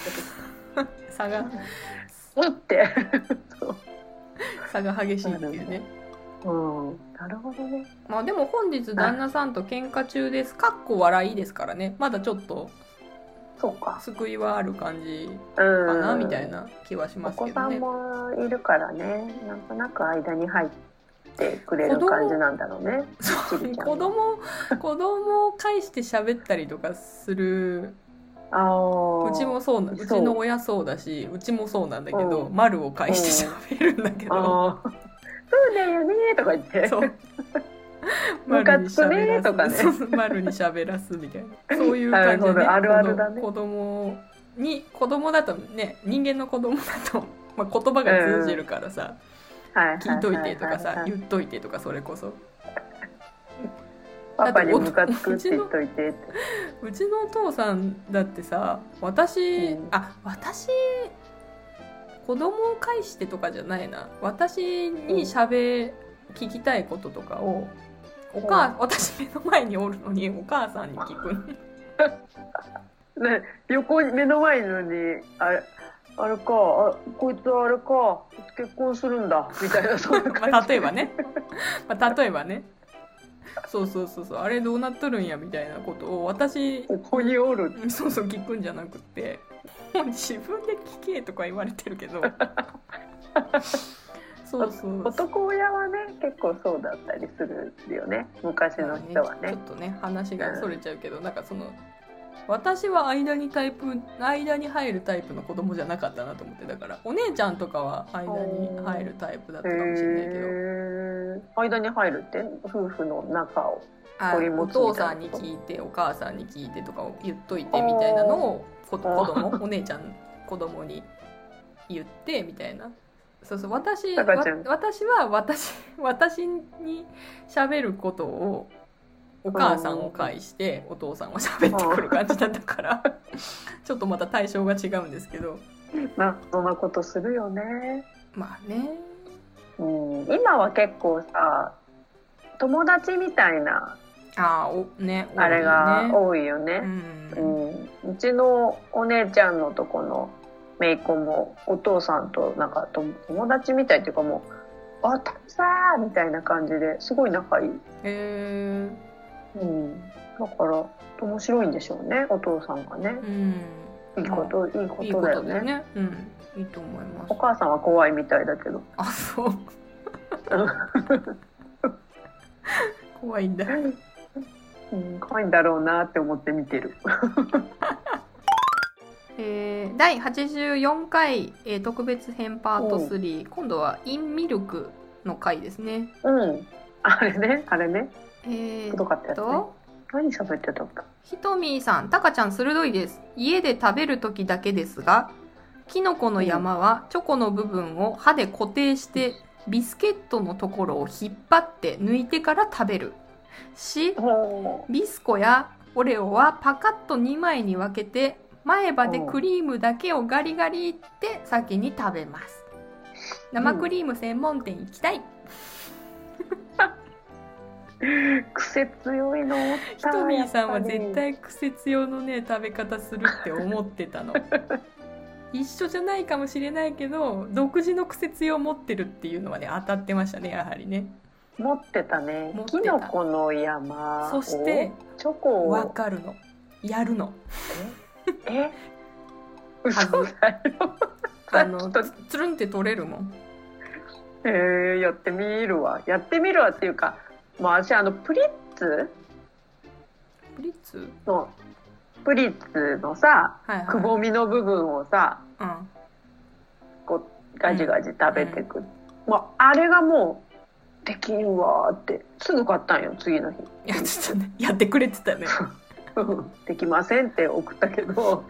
[SPEAKER 2] こ
[SPEAKER 1] 差が *laughs*
[SPEAKER 2] と。うって。 *laughs* そう
[SPEAKER 1] 差が激しいっていうね
[SPEAKER 2] うん、なるほどね。
[SPEAKER 1] まあでも本日旦那さんと喧嘩中ですかっこ笑いですからねまだちょっと
[SPEAKER 2] そうか。
[SPEAKER 1] 救いはある感じ
[SPEAKER 2] うん。
[SPEAKER 1] かなみたいな気はします
[SPEAKER 2] お
[SPEAKER 1] け
[SPEAKER 2] 子さ
[SPEAKER 1] ど
[SPEAKER 2] ん
[SPEAKER 1] ね
[SPEAKER 2] もいるからねなんとなく間に入ってくれる感じなんだろうね
[SPEAKER 1] そう
[SPEAKER 2] ちびちゃん
[SPEAKER 1] 子供子供を介して喋ったりとかする
[SPEAKER 2] あー
[SPEAKER 1] うちもそうなう
[SPEAKER 2] そう
[SPEAKER 1] ちの親そうだしうちもそうなんだけど
[SPEAKER 2] うん
[SPEAKER 1] 丸を介して喋るんだけど
[SPEAKER 2] あーそうだよねとか言って
[SPEAKER 1] *laughs*
[SPEAKER 2] *laughs*
[SPEAKER 1] そう
[SPEAKER 2] ムカつくねとかね
[SPEAKER 1] そうそう丸に喋らすみたいなそういう感じで、ね、
[SPEAKER 2] なるほどあるあるだね
[SPEAKER 1] 子供に子供だとね人間の子供だと、まあ、言葉が通じるからさ、
[SPEAKER 2] はいははは
[SPEAKER 1] 聞いといてとかさ
[SPEAKER 2] はい
[SPEAKER 1] 言っといてとかそれこそ
[SPEAKER 2] パパにムカつくって言っといてって
[SPEAKER 1] うちのお父さんだってさ私、
[SPEAKER 2] うん
[SPEAKER 1] あ私子供を介してとかじゃないな私に喋、聞きたいこととかをお母、私目の前におるのにお母さんに聞く
[SPEAKER 2] *laughs*
[SPEAKER 1] の
[SPEAKER 2] ね横に目の前のにあれあれかあこいつあれか結婚するんだみたいなそう
[SPEAKER 1] *laughs*
[SPEAKER 2] いう
[SPEAKER 1] ま
[SPEAKER 2] 感
[SPEAKER 1] あ、
[SPEAKER 2] じ
[SPEAKER 1] 例えばね、まあ、例えばねそうそうそうそうあれどうなっとるんやみたいなことを私
[SPEAKER 2] ここにおる
[SPEAKER 1] うんそうそう聞くんじゃなくってもう自分で聞けとか言われてるけ
[SPEAKER 2] *laughs*
[SPEAKER 1] どそうそう
[SPEAKER 2] 男親はね結構そうだったりするよね昔の人は
[SPEAKER 1] ちょ
[SPEAKER 2] ね
[SPEAKER 1] っとね話がそれちゃうけど、なんかその私は間にタイプ間に入るタイプの子供じゃなかったなと思ってだからお姉ちゃんとかは間に入るタイプだったかもしれないけど
[SPEAKER 2] へー間に入るって夫婦の中を
[SPEAKER 1] あ
[SPEAKER 2] これ持
[SPEAKER 1] お
[SPEAKER 2] つみたいな
[SPEAKER 1] 父さんに聞いてお母さんに聞いてとかを言っといてみたいなのをこ子供 *laughs* お姉ちゃん子供に言ってみたいなそうそう私わ
[SPEAKER 2] 赤ちゃん
[SPEAKER 1] 私は私 *laughs* 私に喋ることをお母さんを介してお父さんは喋ってくる感じだったから *laughs* ちょっとまた対象が違うんですけど
[SPEAKER 2] 謎なことするよね、
[SPEAKER 1] まあね
[SPEAKER 2] うん、今は結構さ友達みたいな
[SPEAKER 1] ああおね
[SPEAKER 2] あれが
[SPEAKER 1] 多
[SPEAKER 2] 多いよ
[SPEAKER 1] いよね
[SPEAKER 2] ねう
[SPEAKER 1] うん
[SPEAKER 2] ん、うちのお姉ちゃんのとこの姪っ子もお父さんとなんかと友達みたいっていうかもう「お父さん!」みたいな感じですごい仲いい、
[SPEAKER 1] え
[SPEAKER 2] うん、だから面白いんでしょうねお父さんがね
[SPEAKER 1] ーうん
[SPEAKER 2] いいこと、いいこ
[SPEAKER 1] いい
[SPEAKER 2] と
[SPEAKER 1] こ
[SPEAKER 2] だ
[SPEAKER 1] と
[SPEAKER 2] よ
[SPEAKER 1] だよ
[SPEAKER 2] ね
[SPEAKER 1] ねうんいいと思います
[SPEAKER 2] お母さんは怖いみたいだけど
[SPEAKER 1] あそう
[SPEAKER 2] *laughs*
[SPEAKER 1] 怖いんだ
[SPEAKER 2] うん、怖いんだろうなって思って見てる。
[SPEAKER 1] えー、第84回、えー特別編パート3、今度は「インミルク」の回ですね
[SPEAKER 2] うん。あれね、あれね、
[SPEAKER 1] え
[SPEAKER 2] くど
[SPEAKER 1] ー、
[SPEAKER 2] かった
[SPEAKER 1] っ
[SPEAKER 2] やつ、ね。
[SPEAKER 1] と
[SPEAKER 2] 何喋ってたんだ。
[SPEAKER 1] ひとみーさんたかちゃん鋭いです家で食べる時だけですがきのこの山はチョコの部分を歯で固定してビスケットのところを引っ張って抜いてから食べるし
[SPEAKER 2] ほ
[SPEAKER 1] ビスコやオレオはパカッと2枚に分けて前歯でクリームだけをガリガリって先に食べます生クリーム専門店行きたい、
[SPEAKER 2] う。癖強いのおった。
[SPEAKER 1] ひとみーさんは
[SPEAKER 2] やっぱり
[SPEAKER 1] 絶。対癖強のね食べ方するって思ってた
[SPEAKER 2] *laughs*
[SPEAKER 1] の一緒じゃないかもしれないけど独自の癖強持ってるっていうのはね当たってましたねやはりね
[SPEAKER 2] 持ってたね
[SPEAKER 1] 持。って
[SPEAKER 2] キ
[SPEAKER 1] た
[SPEAKER 2] ノコの山を。
[SPEAKER 1] そして
[SPEAKER 2] チョコ
[SPEAKER 1] わ
[SPEAKER 2] を。
[SPEAKER 1] かるのやるの
[SPEAKER 2] え。嘘だよ。
[SPEAKER 1] あ
[SPEAKER 2] *laughs* ちょ
[SPEAKER 1] の
[SPEAKER 2] っと
[SPEAKER 1] つつるんって取れるもん
[SPEAKER 2] えー、やってみるわ。やってみるわっていうか。まあ、私、あのプリッツ
[SPEAKER 1] プリッツ
[SPEAKER 2] の。プリッツのさ、
[SPEAKER 1] はいはい
[SPEAKER 2] くぼみの部分をさ。
[SPEAKER 1] うん
[SPEAKER 2] こうガジガジ食べてく、まあ、あれがもうできんわーってすぐ買ったんよ次の日 *laughs*
[SPEAKER 1] いやちょっとねやってくれてたね
[SPEAKER 2] できませんって送ったけど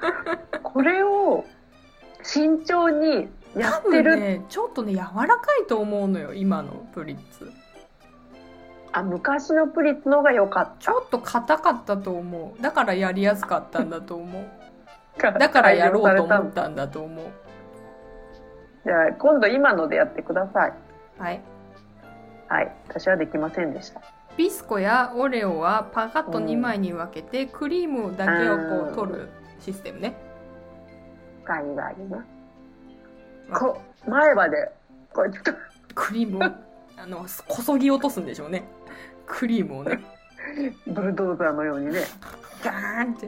[SPEAKER 2] これを慎重に *laughs* や
[SPEAKER 1] 多
[SPEAKER 2] って
[SPEAKER 1] 分
[SPEAKER 2] る、
[SPEAKER 1] ねちょっとね柔らかいと思うのよ今のプリッツ
[SPEAKER 2] あ昔のプリッツの方が良かっ
[SPEAKER 1] ちょっと硬かったと思うだからやりやすかったんだと
[SPEAKER 2] *laughs*
[SPEAKER 1] 思う
[SPEAKER 2] た
[SPEAKER 1] だからやろうと思
[SPEAKER 2] 改良され
[SPEAKER 1] っ
[SPEAKER 2] の
[SPEAKER 1] たんだと思う
[SPEAKER 2] じゃあ今度今のでやってください
[SPEAKER 1] はい
[SPEAKER 2] はい私はできませんでした
[SPEAKER 1] ビスコやオレオはパカッと2枚に分けてクリームだけをこう取るシステムね
[SPEAKER 2] ガリガリねこ前歯でこうちょっと
[SPEAKER 1] クリームをあのこそぎ落とすんでしょうねクリームをね
[SPEAKER 2] ブルドーザーのようにね
[SPEAKER 1] ガーンって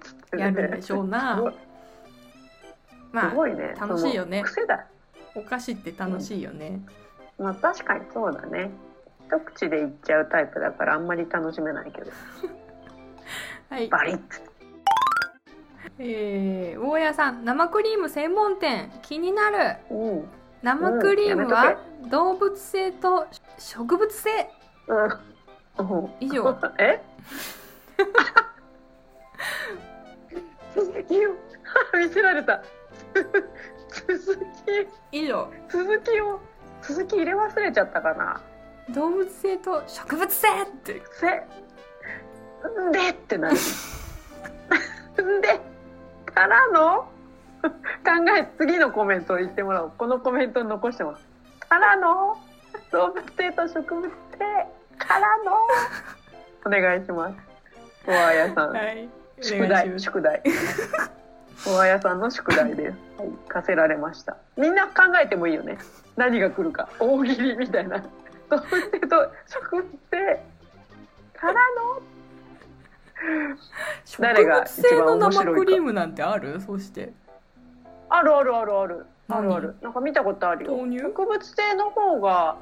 [SPEAKER 2] つってね
[SPEAKER 1] やるんでしょう
[SPEAKER 2] *laughs* すご
[SPEAKER 1] ないますあ
[SPEAKER 2] ごいね
[SPEAKER 1] 楽しいよね
[SPEAKER 2] その癖だ
[SPEAKER 1] お菓子って楽しいよね
[SPEAKER 2] まあ確かにそうだね一口でいっちゃうタイプだからあんまり楽しめないけど
[SPEAKER 1] はい
[SPEAKER 2] バリッて
[SPEAKER 1] えー、大家さん生クリーム専門店気になる
[SPEAKER 2] うん、うん、
[SPEAKER 1] 生クリーム
[SPEAKER 2] うんや
[SPEAKER 1] は
[SPEAKER 2] め
[SPEAKER 1] 動物性と植物性
[SPEAKER 2] うん
[SPEAKER 1] 以上
[SPEAKER 2] *laughs* え続きを *laughs* 見せられた *laughs* 続き
[SPEAKER 1] 以上
[SPEAKER 2] 続きを続き入れ忘れちゃったかな
[SPEAKER 1] 動物性と植物性って
[SPEAKER 2] せんでってなるんでからの考え次のコメントを言ってもらおうこのコメントを残してもらおうからの動物性と植物性からのお願いしますおあやさん、
[SPEAKER 1] はい
[SPEAKER 2] 宿
[SPEAKER 1] お願いしま
[SPEAKER 2] 題
[SPEAKER 1] す *laughs*
[SPEAKER 2] 宿題おあやさんの宿題です、はい、課せられましたみんな考えてもいいよね何が来るか大喜利みたいな動物性と植物性からの誰
[SPEAKER 1] 植
[SPEAKER 2] が
[SPEAKER 1] 物
[SPEAKER 2] 一
[SPEAKER 1] 性の
[SPEAKER 2] 番面白いか
[SPEAKER 1] 生クリームなんてあるそして
[SPEAKER 2] あるあるあるあるあるある
[SPEAKER 1] 何
[SPEAKER 2] なんか見たことあるよ
[SPEAKER 1] 豆乳
[SPEAKER 2] 植物性の方が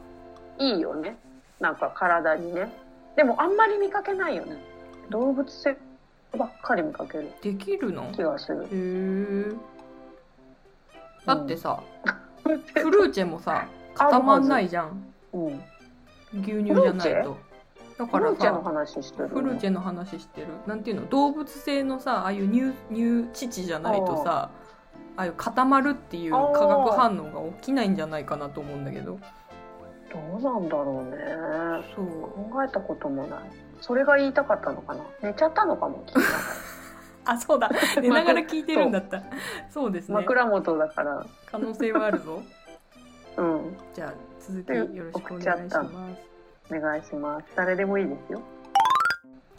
[SPEAKER 2] いいよねなんか体にねでもあんまり見かけないよね動物性ばっかり見かける
[SPEAKER 1] できるの
[SPEAKER 2] 気がする
[SPEAKER 1] へえだってさ、フ
[SPEAKER 2] う
[SPEAKER 1] ルーチェもさ固まんないじゃ
[SPEAKER 2] *laughs*
[SPEAKER 1] ん
[SPEAKER 2] ん
[SPEAKER 1] 牛乳じゃないとだ
[SPEAKER 2] フ
[SPEAKER 1] か
[SPEAKER 2] ル
[SPEAKER 1] ら
[SPEAKER 2] ーチェの
[SPEAKER 1] さ
[SPEAKER 2] 話してる
[SPEAKER 1] フルーチェの話してるなんていうの動物性のさああいう乳乳乳じゃないとさああいう固まるっていう化学反応が起きないんじゃないかなと思うんだけど
[SPEAKER 2] どうなんだろうね
[SPEAKER 1] そう
[SPEAKER 2] 考えたこともないそれが言いたかったのかな寝ちゃったのか
[SPEAKER 1] *laughs*
[SPEAKER 2] も聞いたから
[SPEAKER 1] あそうだ *laughs* 寝ながら聞いてるんだったそうですね
[SPEAKER 2] 枕元だから
[SPEAKER 1] 可能性はあるぞ
[SPEAKER 2] うん
[SPEAKER 1] じゃあ続きよろしくお願いします
[SPEAKER 2] お願いします誰でもいいですよ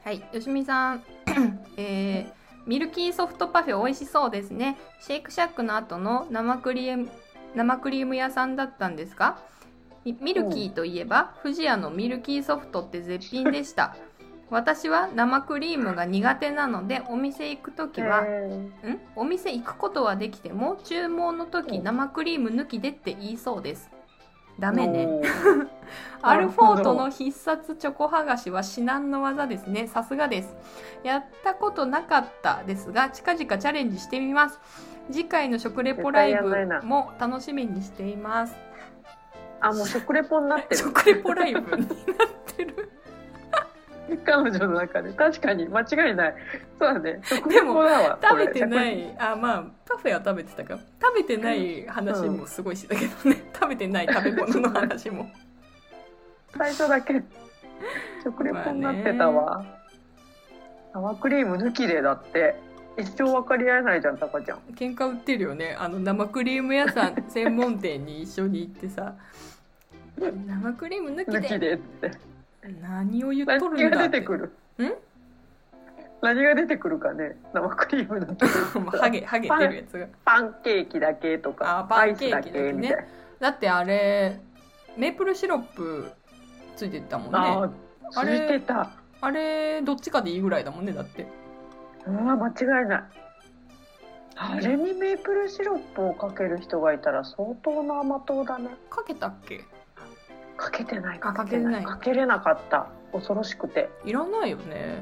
[SPEAKER 1] はい、よしみさん、 *clears throat* えーミルキーソフトパフェ美味しそうですね。シェイクシャックの後の生クリーム生クリーム屋さんだったんですか？ミミルキーといえば、不二家のミルキーソフトって絶品でした。私は生クリームが苦手なのでお店行く時は、
[SPEAKER 2] え
[SPEAKER 1] んお店行くことはできても注文の時
[SPEAKER 2] うん
[SPEAKER 1] 生クリーム抜きでって言いそうです。ダ
[SPEAKER 2] ー
[SPEAKER 1] メね。
[SPEAKER 2] もう
[SPEAKER 1] アルフォートの必殺チョコ剥がしは至難の技ですね。さすがです。やったことなかったですが、近々チャレンジしてみます。次回の食レポライ
[SPEAKER 2] 絶対やんない
[SPEAKER 1] ブ
[SPEAKER 2] な
[SPEAKER 1] も楽しみにしています。
[SPEAKER 2] あもう食レポに
[SPEAKER 1] *laughs*
[SPEAKER 2] なってる
[SPEAKER 1] 食レポライブになって
[SPEAKER 2] *laughs*
[SPEAKER 1] る。
[SPEAKER 2] 彼女の中で確かに間違いないそうだね食レポだわ
[SPEAKER 1] 食べてな
[SPEAKER 2] これ
[SPEAKER 1] い、あ、まあ、パフェは食べてたか。食べてない話もすごいしてたけどね。 *laughs* 食べてない食べ物の話も。 *laughs*
[SPEAKER 2] 最初だけ食レポになってたわ、生クリーム抜きでだって一生分かり合えないじゃんタカちゃん
[SPEAKER 1] 喧嘩売ってるよねあの生クリーム屋さん専門店に一緒に行ってさ生クリーム抜
[SPEAKER 2] 抜
[SPEAKER 1] きで
[SPEAKER 2] きでって
[SPEAKER 1] 何を言っ
[SPEAKER 2] 何
[SPEAKER 1] とるんだ
[SPEAKER 2] が
[SPEAKER 1] っ
[SPEAKER 2] 出
[SPEAKER 1] て
[SPEAKER 2] てくる
[SPEAKER 1] ん
[SPEAKER 2] 何が出てくるかね生クリーム抜きで
[SPEAKER 1] もう *laughs* ハゲハゲてるやつが
[SPEAKER 2] パンケーキだけとか
[SPEAKER 1] あパ
[SPEAKER 2] ア
[SPEAKER 1] ン
[SPEAKER 2] イ
[SPEAKER 1] ケー
[SPEAKER 2] スだ
[SPEAKER 1] キだ
[SPEAKER 2] け
[SPEAKER 1] けね
[SPEAKER 2] みたいな、
[SPEAKER 1] だってあれメープルシロップついてたもんね
[SPEAKER 2] あ
[SPEAKER 1] あ
[SPEAKER 2] あ
[SPEAKER 1] あ
[SPEAKER 2] つ
[SPEAKER 1] れ
[SPEAKER 2] いてた
[SPEAKER 1] れどっちかでいいぐらいだもんねだって
[SPEAKER 2] うわ間違いないあれにメープルシロップをかける人がいたら相当な甘党だね
[SPEAKER 1] かけたっけ
[SPEAKER 2] かけてない
[SPEAKER 1] あ
[SPEAKER 2] かけてない
[SPEAKER 1] か
[SPEAKER 2] かけれなかった恐ろしくて
[SPEAKER 1] いらないよね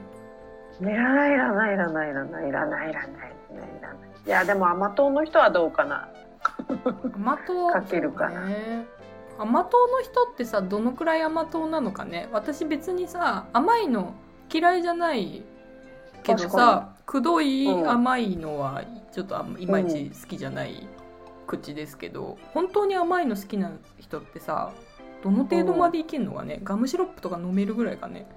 [SPEAKER 2] いらないいらないいらないいらないいらないいらないいらないいらないいやでも甘党の人はどうかな
[SPEAKER 1] 甘党
[SPEAKER 2] かけるかな
[SPEAKER 1] ね甘党の人ってさどのくらい甘党なのかね私別にさ甘いの嫌いじゃないけど
[SPEAKER 2] 確か
[SPEAKER 1] さくどい
[SPEAKER 2] うん
[SPEAKER 1] 甘いのはちょっとあんいまいち好きじゃない口ですけど、本当に甘いの好きな人ってさどの程度までいけるのかねガムシロップとか飲めるぐらいかね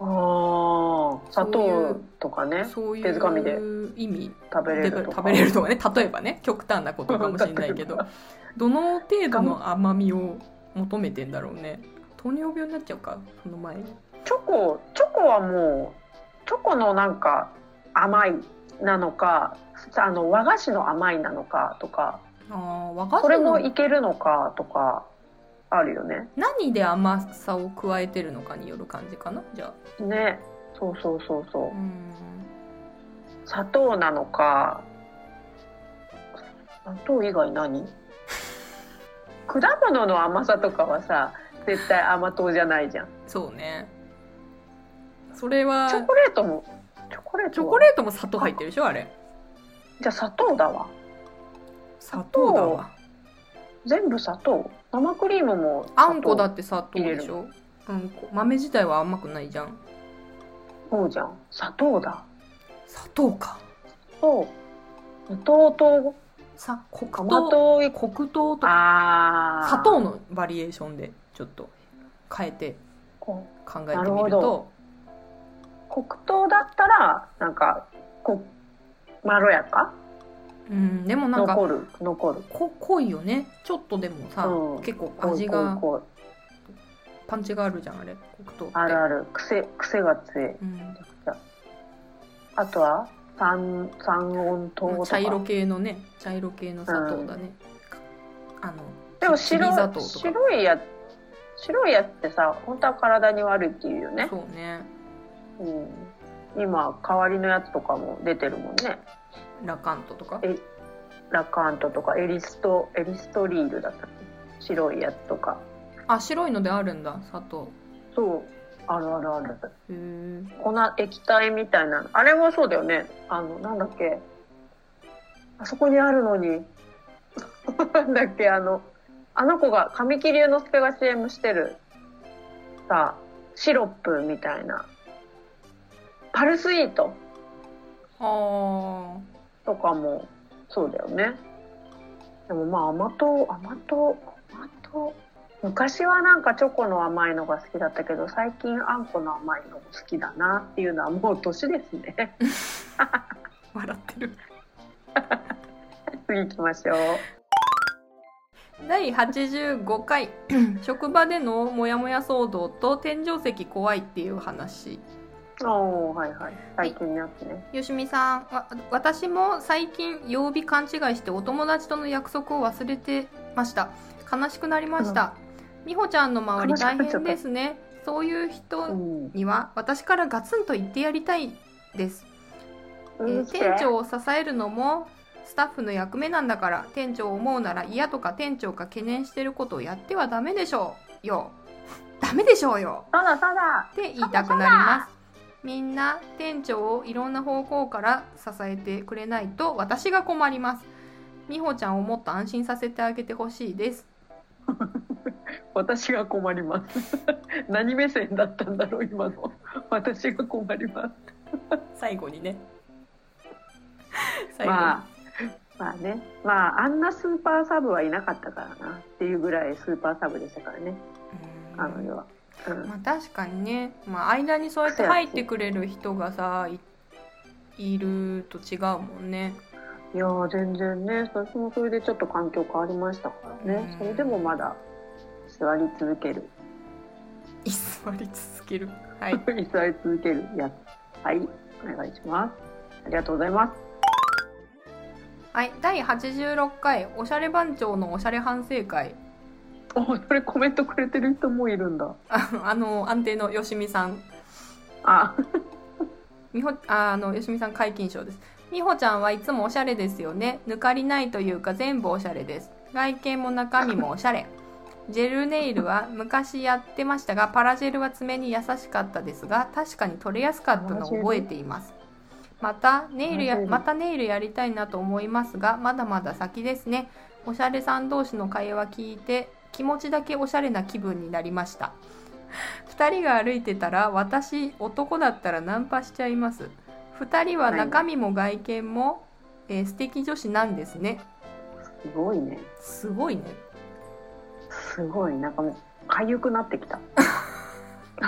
[SPEAKER 2] あー砂糖とかね
[SPEAKER 1] そうい
[SPEAKER 2] 手づかみで
[SPEAKER 1] う意味
[SPEAKER 2] 食べれ
[SPEAKER 1] で
[SPEAKER 2] るとか
[SPEAKER 1] 食べれるとかね例えばね極端なことかもしれないけ
[SPEAKER 2] *laughs*
[SPEAKER 1] どどの程度の甘みを求めてんだろうね糖尿病になっちゃうかその前に
[SPEAKER 2] チョコチョコはもうチョコのなんか甘いなのかあの和菓子の甘いなのかとか
[SPEAKER 1] あー和菓
[SPEAKER 2] それ
[SPEAKER 1] 子
[SPEAKER 2] もい
[SPEAKER 1] の
[SPEAKER 2] けるのかとかあるよね。
[SPEAKER 1] 何で甘さを加えてるのかによる感じかなじゃあ
[SPEAKER 2] ねそうそうそうそうう
[SPEAKER 1] ーん
[SPEAKER 2] 砂糖なのか砂糖以外何果物の甘さとかはさ絶対甘党じゃないじゃん
[SPEAKER 1] そうねそれ
[SPEAKER 2] チョ
[SPEAKER 1] は
[SPEAKER 2] コレートもチョコレー
[SPEAKER 1] チ
[SPEAKER 2] ト
[SPEAKER 1] ョ
[SPEAKER 2] は
[SPEAKER 1] コレートも砂糖入ってるでしょあれ
[SPEAKER 2] じゃあ砂糖だわ
[SPEAKER 1] 砂糖だわ
[SPEAKER 2] 全部砂糖生クリームも砂
[SPEAKER 1] あ
[SPEAKER 2] 糖
[SPEAKER 1] んこだって砂糖でしょあんこ豆自体は甘くないじゃん
[SPEAKER 2] そうじゃん砂糖だ
[SPEAKER 1] 砂糖か
[SPEAKER 2] そう無糖と
[SPEAKER 1] さ黒
[SPEAKER 2] 甘
[SPEAKER 1] 糖
[SPEAKER 2] 糖い
[SPEAKER 1] 黒糖とか
[SPEAKER 2] あー
[SPEAKER 1] 砂糖のバリエーションでちょっと変えて
[SPEAKER 2] こ
[SPEAKER 1] 考えて
[SPEAKER 2] なる
[SPEAKER 1] み
[SPEAKER 2] ほ
[SPEAKER 1] る
[SPEAKER 2] ど
[SPEAKER 1] と
[SPEAKER 2] 黒糖だったらなんかこまろやか
[SPEAKER 1] うんでもなんか
[SPEAKER 2] 残る残る
[SPEAKER 1] こ濃いよねちょっとでもさ、
[SPEAKER 2] うん
[SPEAKER 1] 結構味
[SPEAKER 2] こう
[SPEAKER 1] が
[SPEAKER 2] こうこう
[SPEAKER 1] パンチがあるじゃんあれ黒糖って
[SPEAKER 2] あるある癖癖が強いめ
[SPEAKER 1] うん
[SPEAKER 2] ちゃくちゃあとは三三温糖とか
[SPEAKER 1] 茶色系のね茶色系の砂糖だね、あの
[SPEAKER 2] でも
[SPEAKER 1] きび砂
[SPEAKER 2] 白
[SPEAKER 1] 糖
[SPEAKER 2] い
[SPEAKER 1] とか
[SPEAKER 2] 白いや白いやつってさ本当は体に悪いっていうよね、
[SPEAKER 1] そうね
[SPEAKER 2] うん、今代わりのやつとかも出てるもんね
[SPEAKER 1] ラカントとか
[SPEAKER 2] えラカントとかエリストエリストリールだったっけ白いやつとか
[SPEAKER 1] あ白いのであるんだ砂糖
[SPEAKER 2] そうあるあるある。
[SPEAKER 1] へえ
[SPEAKER 2] 粉、液体みたいなの。あれもそうだよね。あの、なんだっけ。あそこにあるのに。 *laughs* なんだっけ、あの、あの子が、神木隆之介が CM してる、さ、シロップみたいな。パルスイート
[SPEAKER 1] は
[SPEAKER 2] とかも、そうだよね。でもまあ、甘党、甘党、甘党。昔はなんかチョコの甘いのが好きだったけど、最近あんこの甘いのも好きだなっていうのはもう年ですね。
[SPEAKER 1] *laughs* あ笑ってる
[SPEAKER 2] 次行きましょう。
[SPEAKER 1] 第85回
[SPEAKER 2] *clears throat*
[SPEAKER 1] 職場でのモヤモヤ騒動と天井石怖いっていう話
[SPEAKER 2] おお、はいはい。最近のやつね。
[SPEAKER 1] よしみさんわ私も最近曜日勘違いしてお友達との約束を忘れてました悲しくなりました、みほちゃんの周り
[SPEAKER 2] 悲しくなっ
[SPEAKER 1] 大
[SPEAKER 2] ちゃった
[SPEAKER 1] 変ですねそういう
[SPEAKER 2] う
[SPEAKER 1] 人
[SPEAKER 2] ん。
[SPEAKER 1] には私からガツンと言ってやりたいです、えー
[SPEAKER 2] うん
[SPEAKER 1] 店。長を支えるのもスタッフの役目なんだから店長を思うなら嫌とか店長が懸念してることをやってはダメでしょうよ *laughs* ダメでしょうよ
[SPEAKER 2] ただただ。
[SPEAKER 1] って言いたくなりますみんな店長をいろんな方向から支えてくれないと私が困りますみほちゃんをもっと安心させてあげてほしいです
[SPEAKER 2] 私が困ります。 *laughs* 何目線だったんだろう、今の。私が困ります。
[SPEAKER 1] 最後にね最後に、
[SPEAKER 2] まあ。まあね。まあ、あんなスーパーサブはいなかったからな。っていうぐらいスーパーサブでしたからね。
[SPEAKER 1] うん
[SPEAKER 2] あの世は。うん。
[SPEAKER 1] まあ確かにね、まあ、間にそうやって入ってくれる人がさいいると違うもんね
[SPEAKER 2] いやー、全然ね。私もそれでちょっと環境変わりましたから
[SPEAKER 1] う
[SPEAKER 2] ね
[SPEAKER 1] ん。
[SPEAKER 2] それでもまだ。座り続ける。
[SPEAKER 1] 居座り続けるはい
[SPEAKER 2] *laughs* 座り続けるやつ。はい、お願いします。ありがとうございます。
[SPEAKER 1] はい、第86回「おしゃれ番長のおしゃれ反省会 *laughs*
[SPEAKER 2] お、それコメントくれてる人もいるんだ。」
[SPEAKER 1] ああの安定のよしみさん
[SPEAKER 2] あ、
[SPEAKER 1] みほああのよしみさん解禁賞ですみほちゃんはいつもおしゃれですよね抜かりないというか全部おしゃれです外見も中身もおしゃれ *laughs* ジェルネイルは昔やってましたがパラジェルは爪に優しかったですが確かに取れやすかったのを覚えていますまたネイルや
[SPEAKER 2] パラジェル
[SPEAKER 1] またネイルやりたいなと思いますがまだまだ先ですねおしゃれさん同士の会話聞いて気持ちだけおしゃれな気分になりました2人が歩いてたら私男だったらナンパしちゃいます2人は中身も外見も、えー素敵女子なんですね
[SPEAKER 2] すごいね。
[SPEAKER 1] すごいね
[SPEAKER 2] すごい、なんかもう、かゆくなってきた。 *laughs*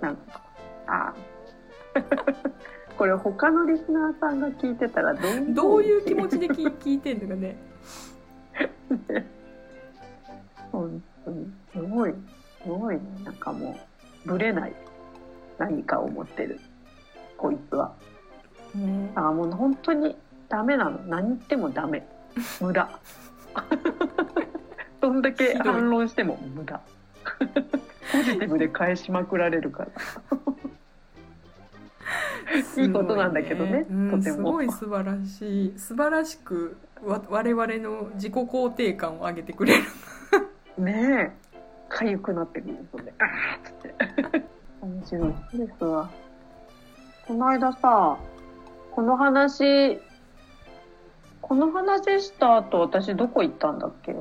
[SPEAKER 2] なんか、あ。これ他のリスナーさんが聞いてたらどういう
[SPEAKER 1] どういう気持ちで
[SPEAKER 2] *laughs*
[SPEAKER 1] 聞聞いてんのかね
[SPEAKER 2] 本当にすごいすごいねなんかもうぶれない何かを持ってるこいつは
[SPEAKER 1] ね
[SPEAKER 2] あーもう本当にダメなの何言ってもダメ
[SPEAKER 1] *laughs*
[SPEAKER 2] 無駄どんだけ
[SPEAKER 1] ひどい
[SPEAKER 2] 反論しても無駄ポジティブで返しまくられるから
[SPEAKER 1] すご
[SPEAKER 2] いいことなんだけどね
[SPEAKER 1] うん
[SPEAKER 2] とても
[SPEAKER 1] すごい素晴らしい素晴らしくわ我々の自己肯定感を上げてくれる
[SPEAKER 2] ねえかゆくなってくるそれでああっつって面白いそうですわこの間さこの話この話した後私どこ行ったんだっけ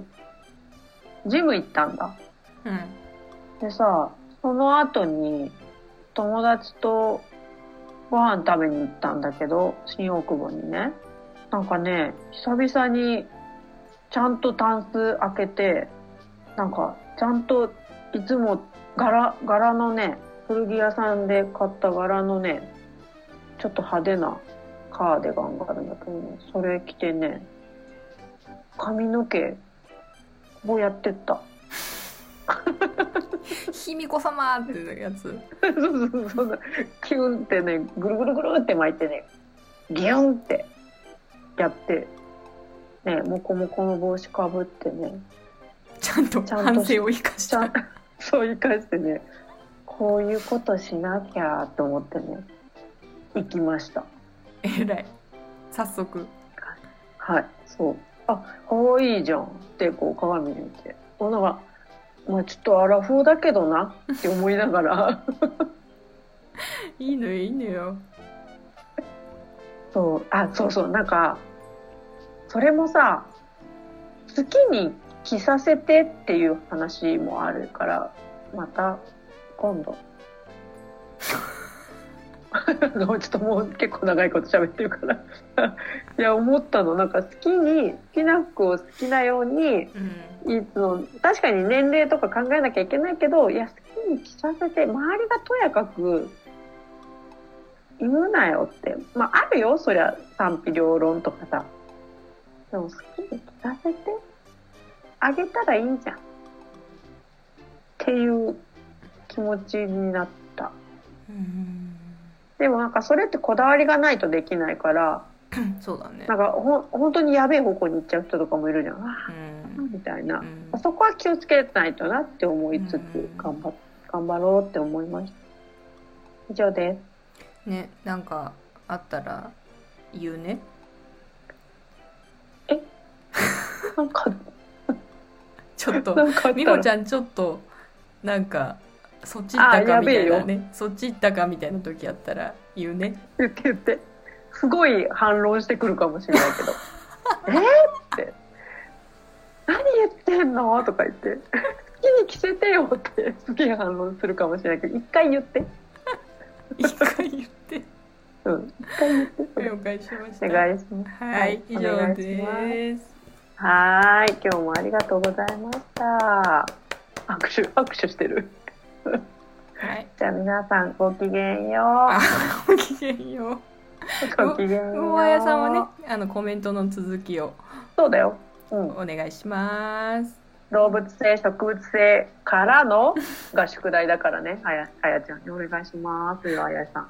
[SPEAKER 2] ジム行ったんだ
[SPEAKER 1] うん
[SPEAKER 2] でさその後に友達とご飯食べに行ったんだけど新大久保にねなんかね久々にちゃんとタンス開けてなんかちゃんといつも柄柄のね古着屋さんで買った柄のねちょっと派手なカーディガンがあるんだけどねそれ着てね髪の毛こうやってった。
[SPEAKER 1] 卑弥呼様っていうやつ
[SPEAKER 2] そうそうそうそう。キュンってね、ぐるぐるぐるって巻いてね、ギュンってやって、ね、もこもこの帽子かぶってね、
[SPEAKER 1] ちゃんと
[SPEAKER 2] ちゃんと
[SPEAKER 1] 反省を生かし
[SPEAKER 2] ちゃん
[SPEAKER 1] た
[SPEAKER 2] と *laughs* そう言い返してね、こういうことしなきゃと思ってね、行きました。
[SPEAKER 1] えらい早速
[SPEAKER 2] はい、そう。あ、可愛いじゃんってこう鏡で見て。こうなんか、まあちょっとアラフォーだけどなって思いながら
[SPEAKER 1] いいのよいいのよ
[SPEAKER 2] そうあそうそうなんかそれもさ好きに着させてっていう話もあるからまた今度 *laughs* ちょっともう結構長いこと喋ってるからいや思ったのなんか好きに好きな服を好きなように
[SPEAKER 1] うん
[SPEAKER 2] いつも確かに年齢とか考えなきゃいけないけどいや好きに着させて周りがとやかく言うなよってまああるよそりゃ賛否両論とかさでも好きに着させてあげたらいいじゃんっていう気持ちになった
[SPEAKER 1] うん
[SPEAKER 2] でもなんかそれってこだわりがないとできないから
[SPEAKER 1] そうだね
[SPEAKER 2] なんかほん本当にやべえ方向に行っちゃう人とかもいるじゃんあ
[SPEAKER 1] う
[SPEAKER 2] ー
[SPEAKER 1] ん
[SPEAKER 2] みたいな
[SPEAKER 1] う。ん
[SPEAKER 2] そこは気をつけないとなって思いつ
[SPEAKER 1] う
[SPEAKER 2] つ
[SPEAKER 1] ん
[SPEAKER 2] 頑張っ頑張ろうって思いました。以上で
[SPEAKER 1] ねなんかあったら言う
[SPEAKER 2] *laughs*
[SPEAKER 1] ね
[SPEAKER 2] す。なんか
[SPEAKER 1] ちょっと
[SPEAKER 2] なんかあっ
[SPEAKER 1] 美
[SPEAKER 2] た
[SPEAKER 1] 穂
[SPEAKER 2] ら
[SPEAKER 1] ちゃんちょっとなんかそっち行ったかみたい
[SPEAKER 2] あ
[SPEAKER 1] な
[SPEAKER 2] やべ
[SPEAKER 1] ねそっち行ったかみたいな時あったら言う
[SPEAKER 2] *laughs*
[SPEAKER 1] ね
[SPEAKER 2] 言って言ってすごい反論してくるかもしれないけ
[SPEAKER 1] *laughs*
[SPEAKER 2] ど「えっ?」って「何言ってんの?」とか言って「好きに着せてよ」ってすげえ反論するかもしれないけど一回言って、
[SPEAKER 1] 一回言って
[SPEAKER 2] うん、一回言って
[SPEAKER 1] 了解しました
[SPEAKER 2] お願いします。
[SPEAKER 1] はい以
[SPEAKER 2] お願
[SPEAKER 1] 上
[SPEAKER 2] いします
[SPEAKER 1] です
[SPEAKER 2] はーい、今日もありがとうございました。拍手、拍手してる。
[SPEAKER 1] はい *laughs*
[SPEAKER 2] じゃあ皆さんごきげんよ
[SPEAKER 1] あごきげんよ
[SPEAKER 2] う。ごきげん
[SPEAKER 1] う
[SPEAKER 2] よう。
[SPEAKER 1] 大やさんはねあのコメントの続きを
[SPEAKER 2] そうだよ。うん。
[SPEAKER 1] お願いします
[SPEAKER 2] 動物性、植物性からのが宿題だからね。あや、あやちゃんにお願いします。あやさん。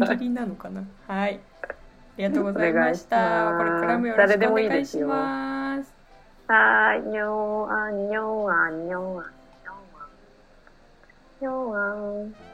[SPEAKER 1] 大喜利なのかなはいありがとうございまし
[SPEAKER 2] お
[SPEAKER 1] た
[SPEAKER 2] 願いします
[SPEAKER 1] これからもよろし
[SPEAKER 2] 誰で
[SPEAKER 1] くお
[SPEAKER 2] もいい
[SPEAKER 1] 願
[SPEAKER 2] で
[SPEAKER 1] い
[SPEAKER 2] す
[SPEAKER 1] し
[SPEAKER 2] よ
[SPEAKER 1] ます
[SPEAKER 2] はーい、にょーあん、にょーあん、にょーあん、にょーあん。にょーあん。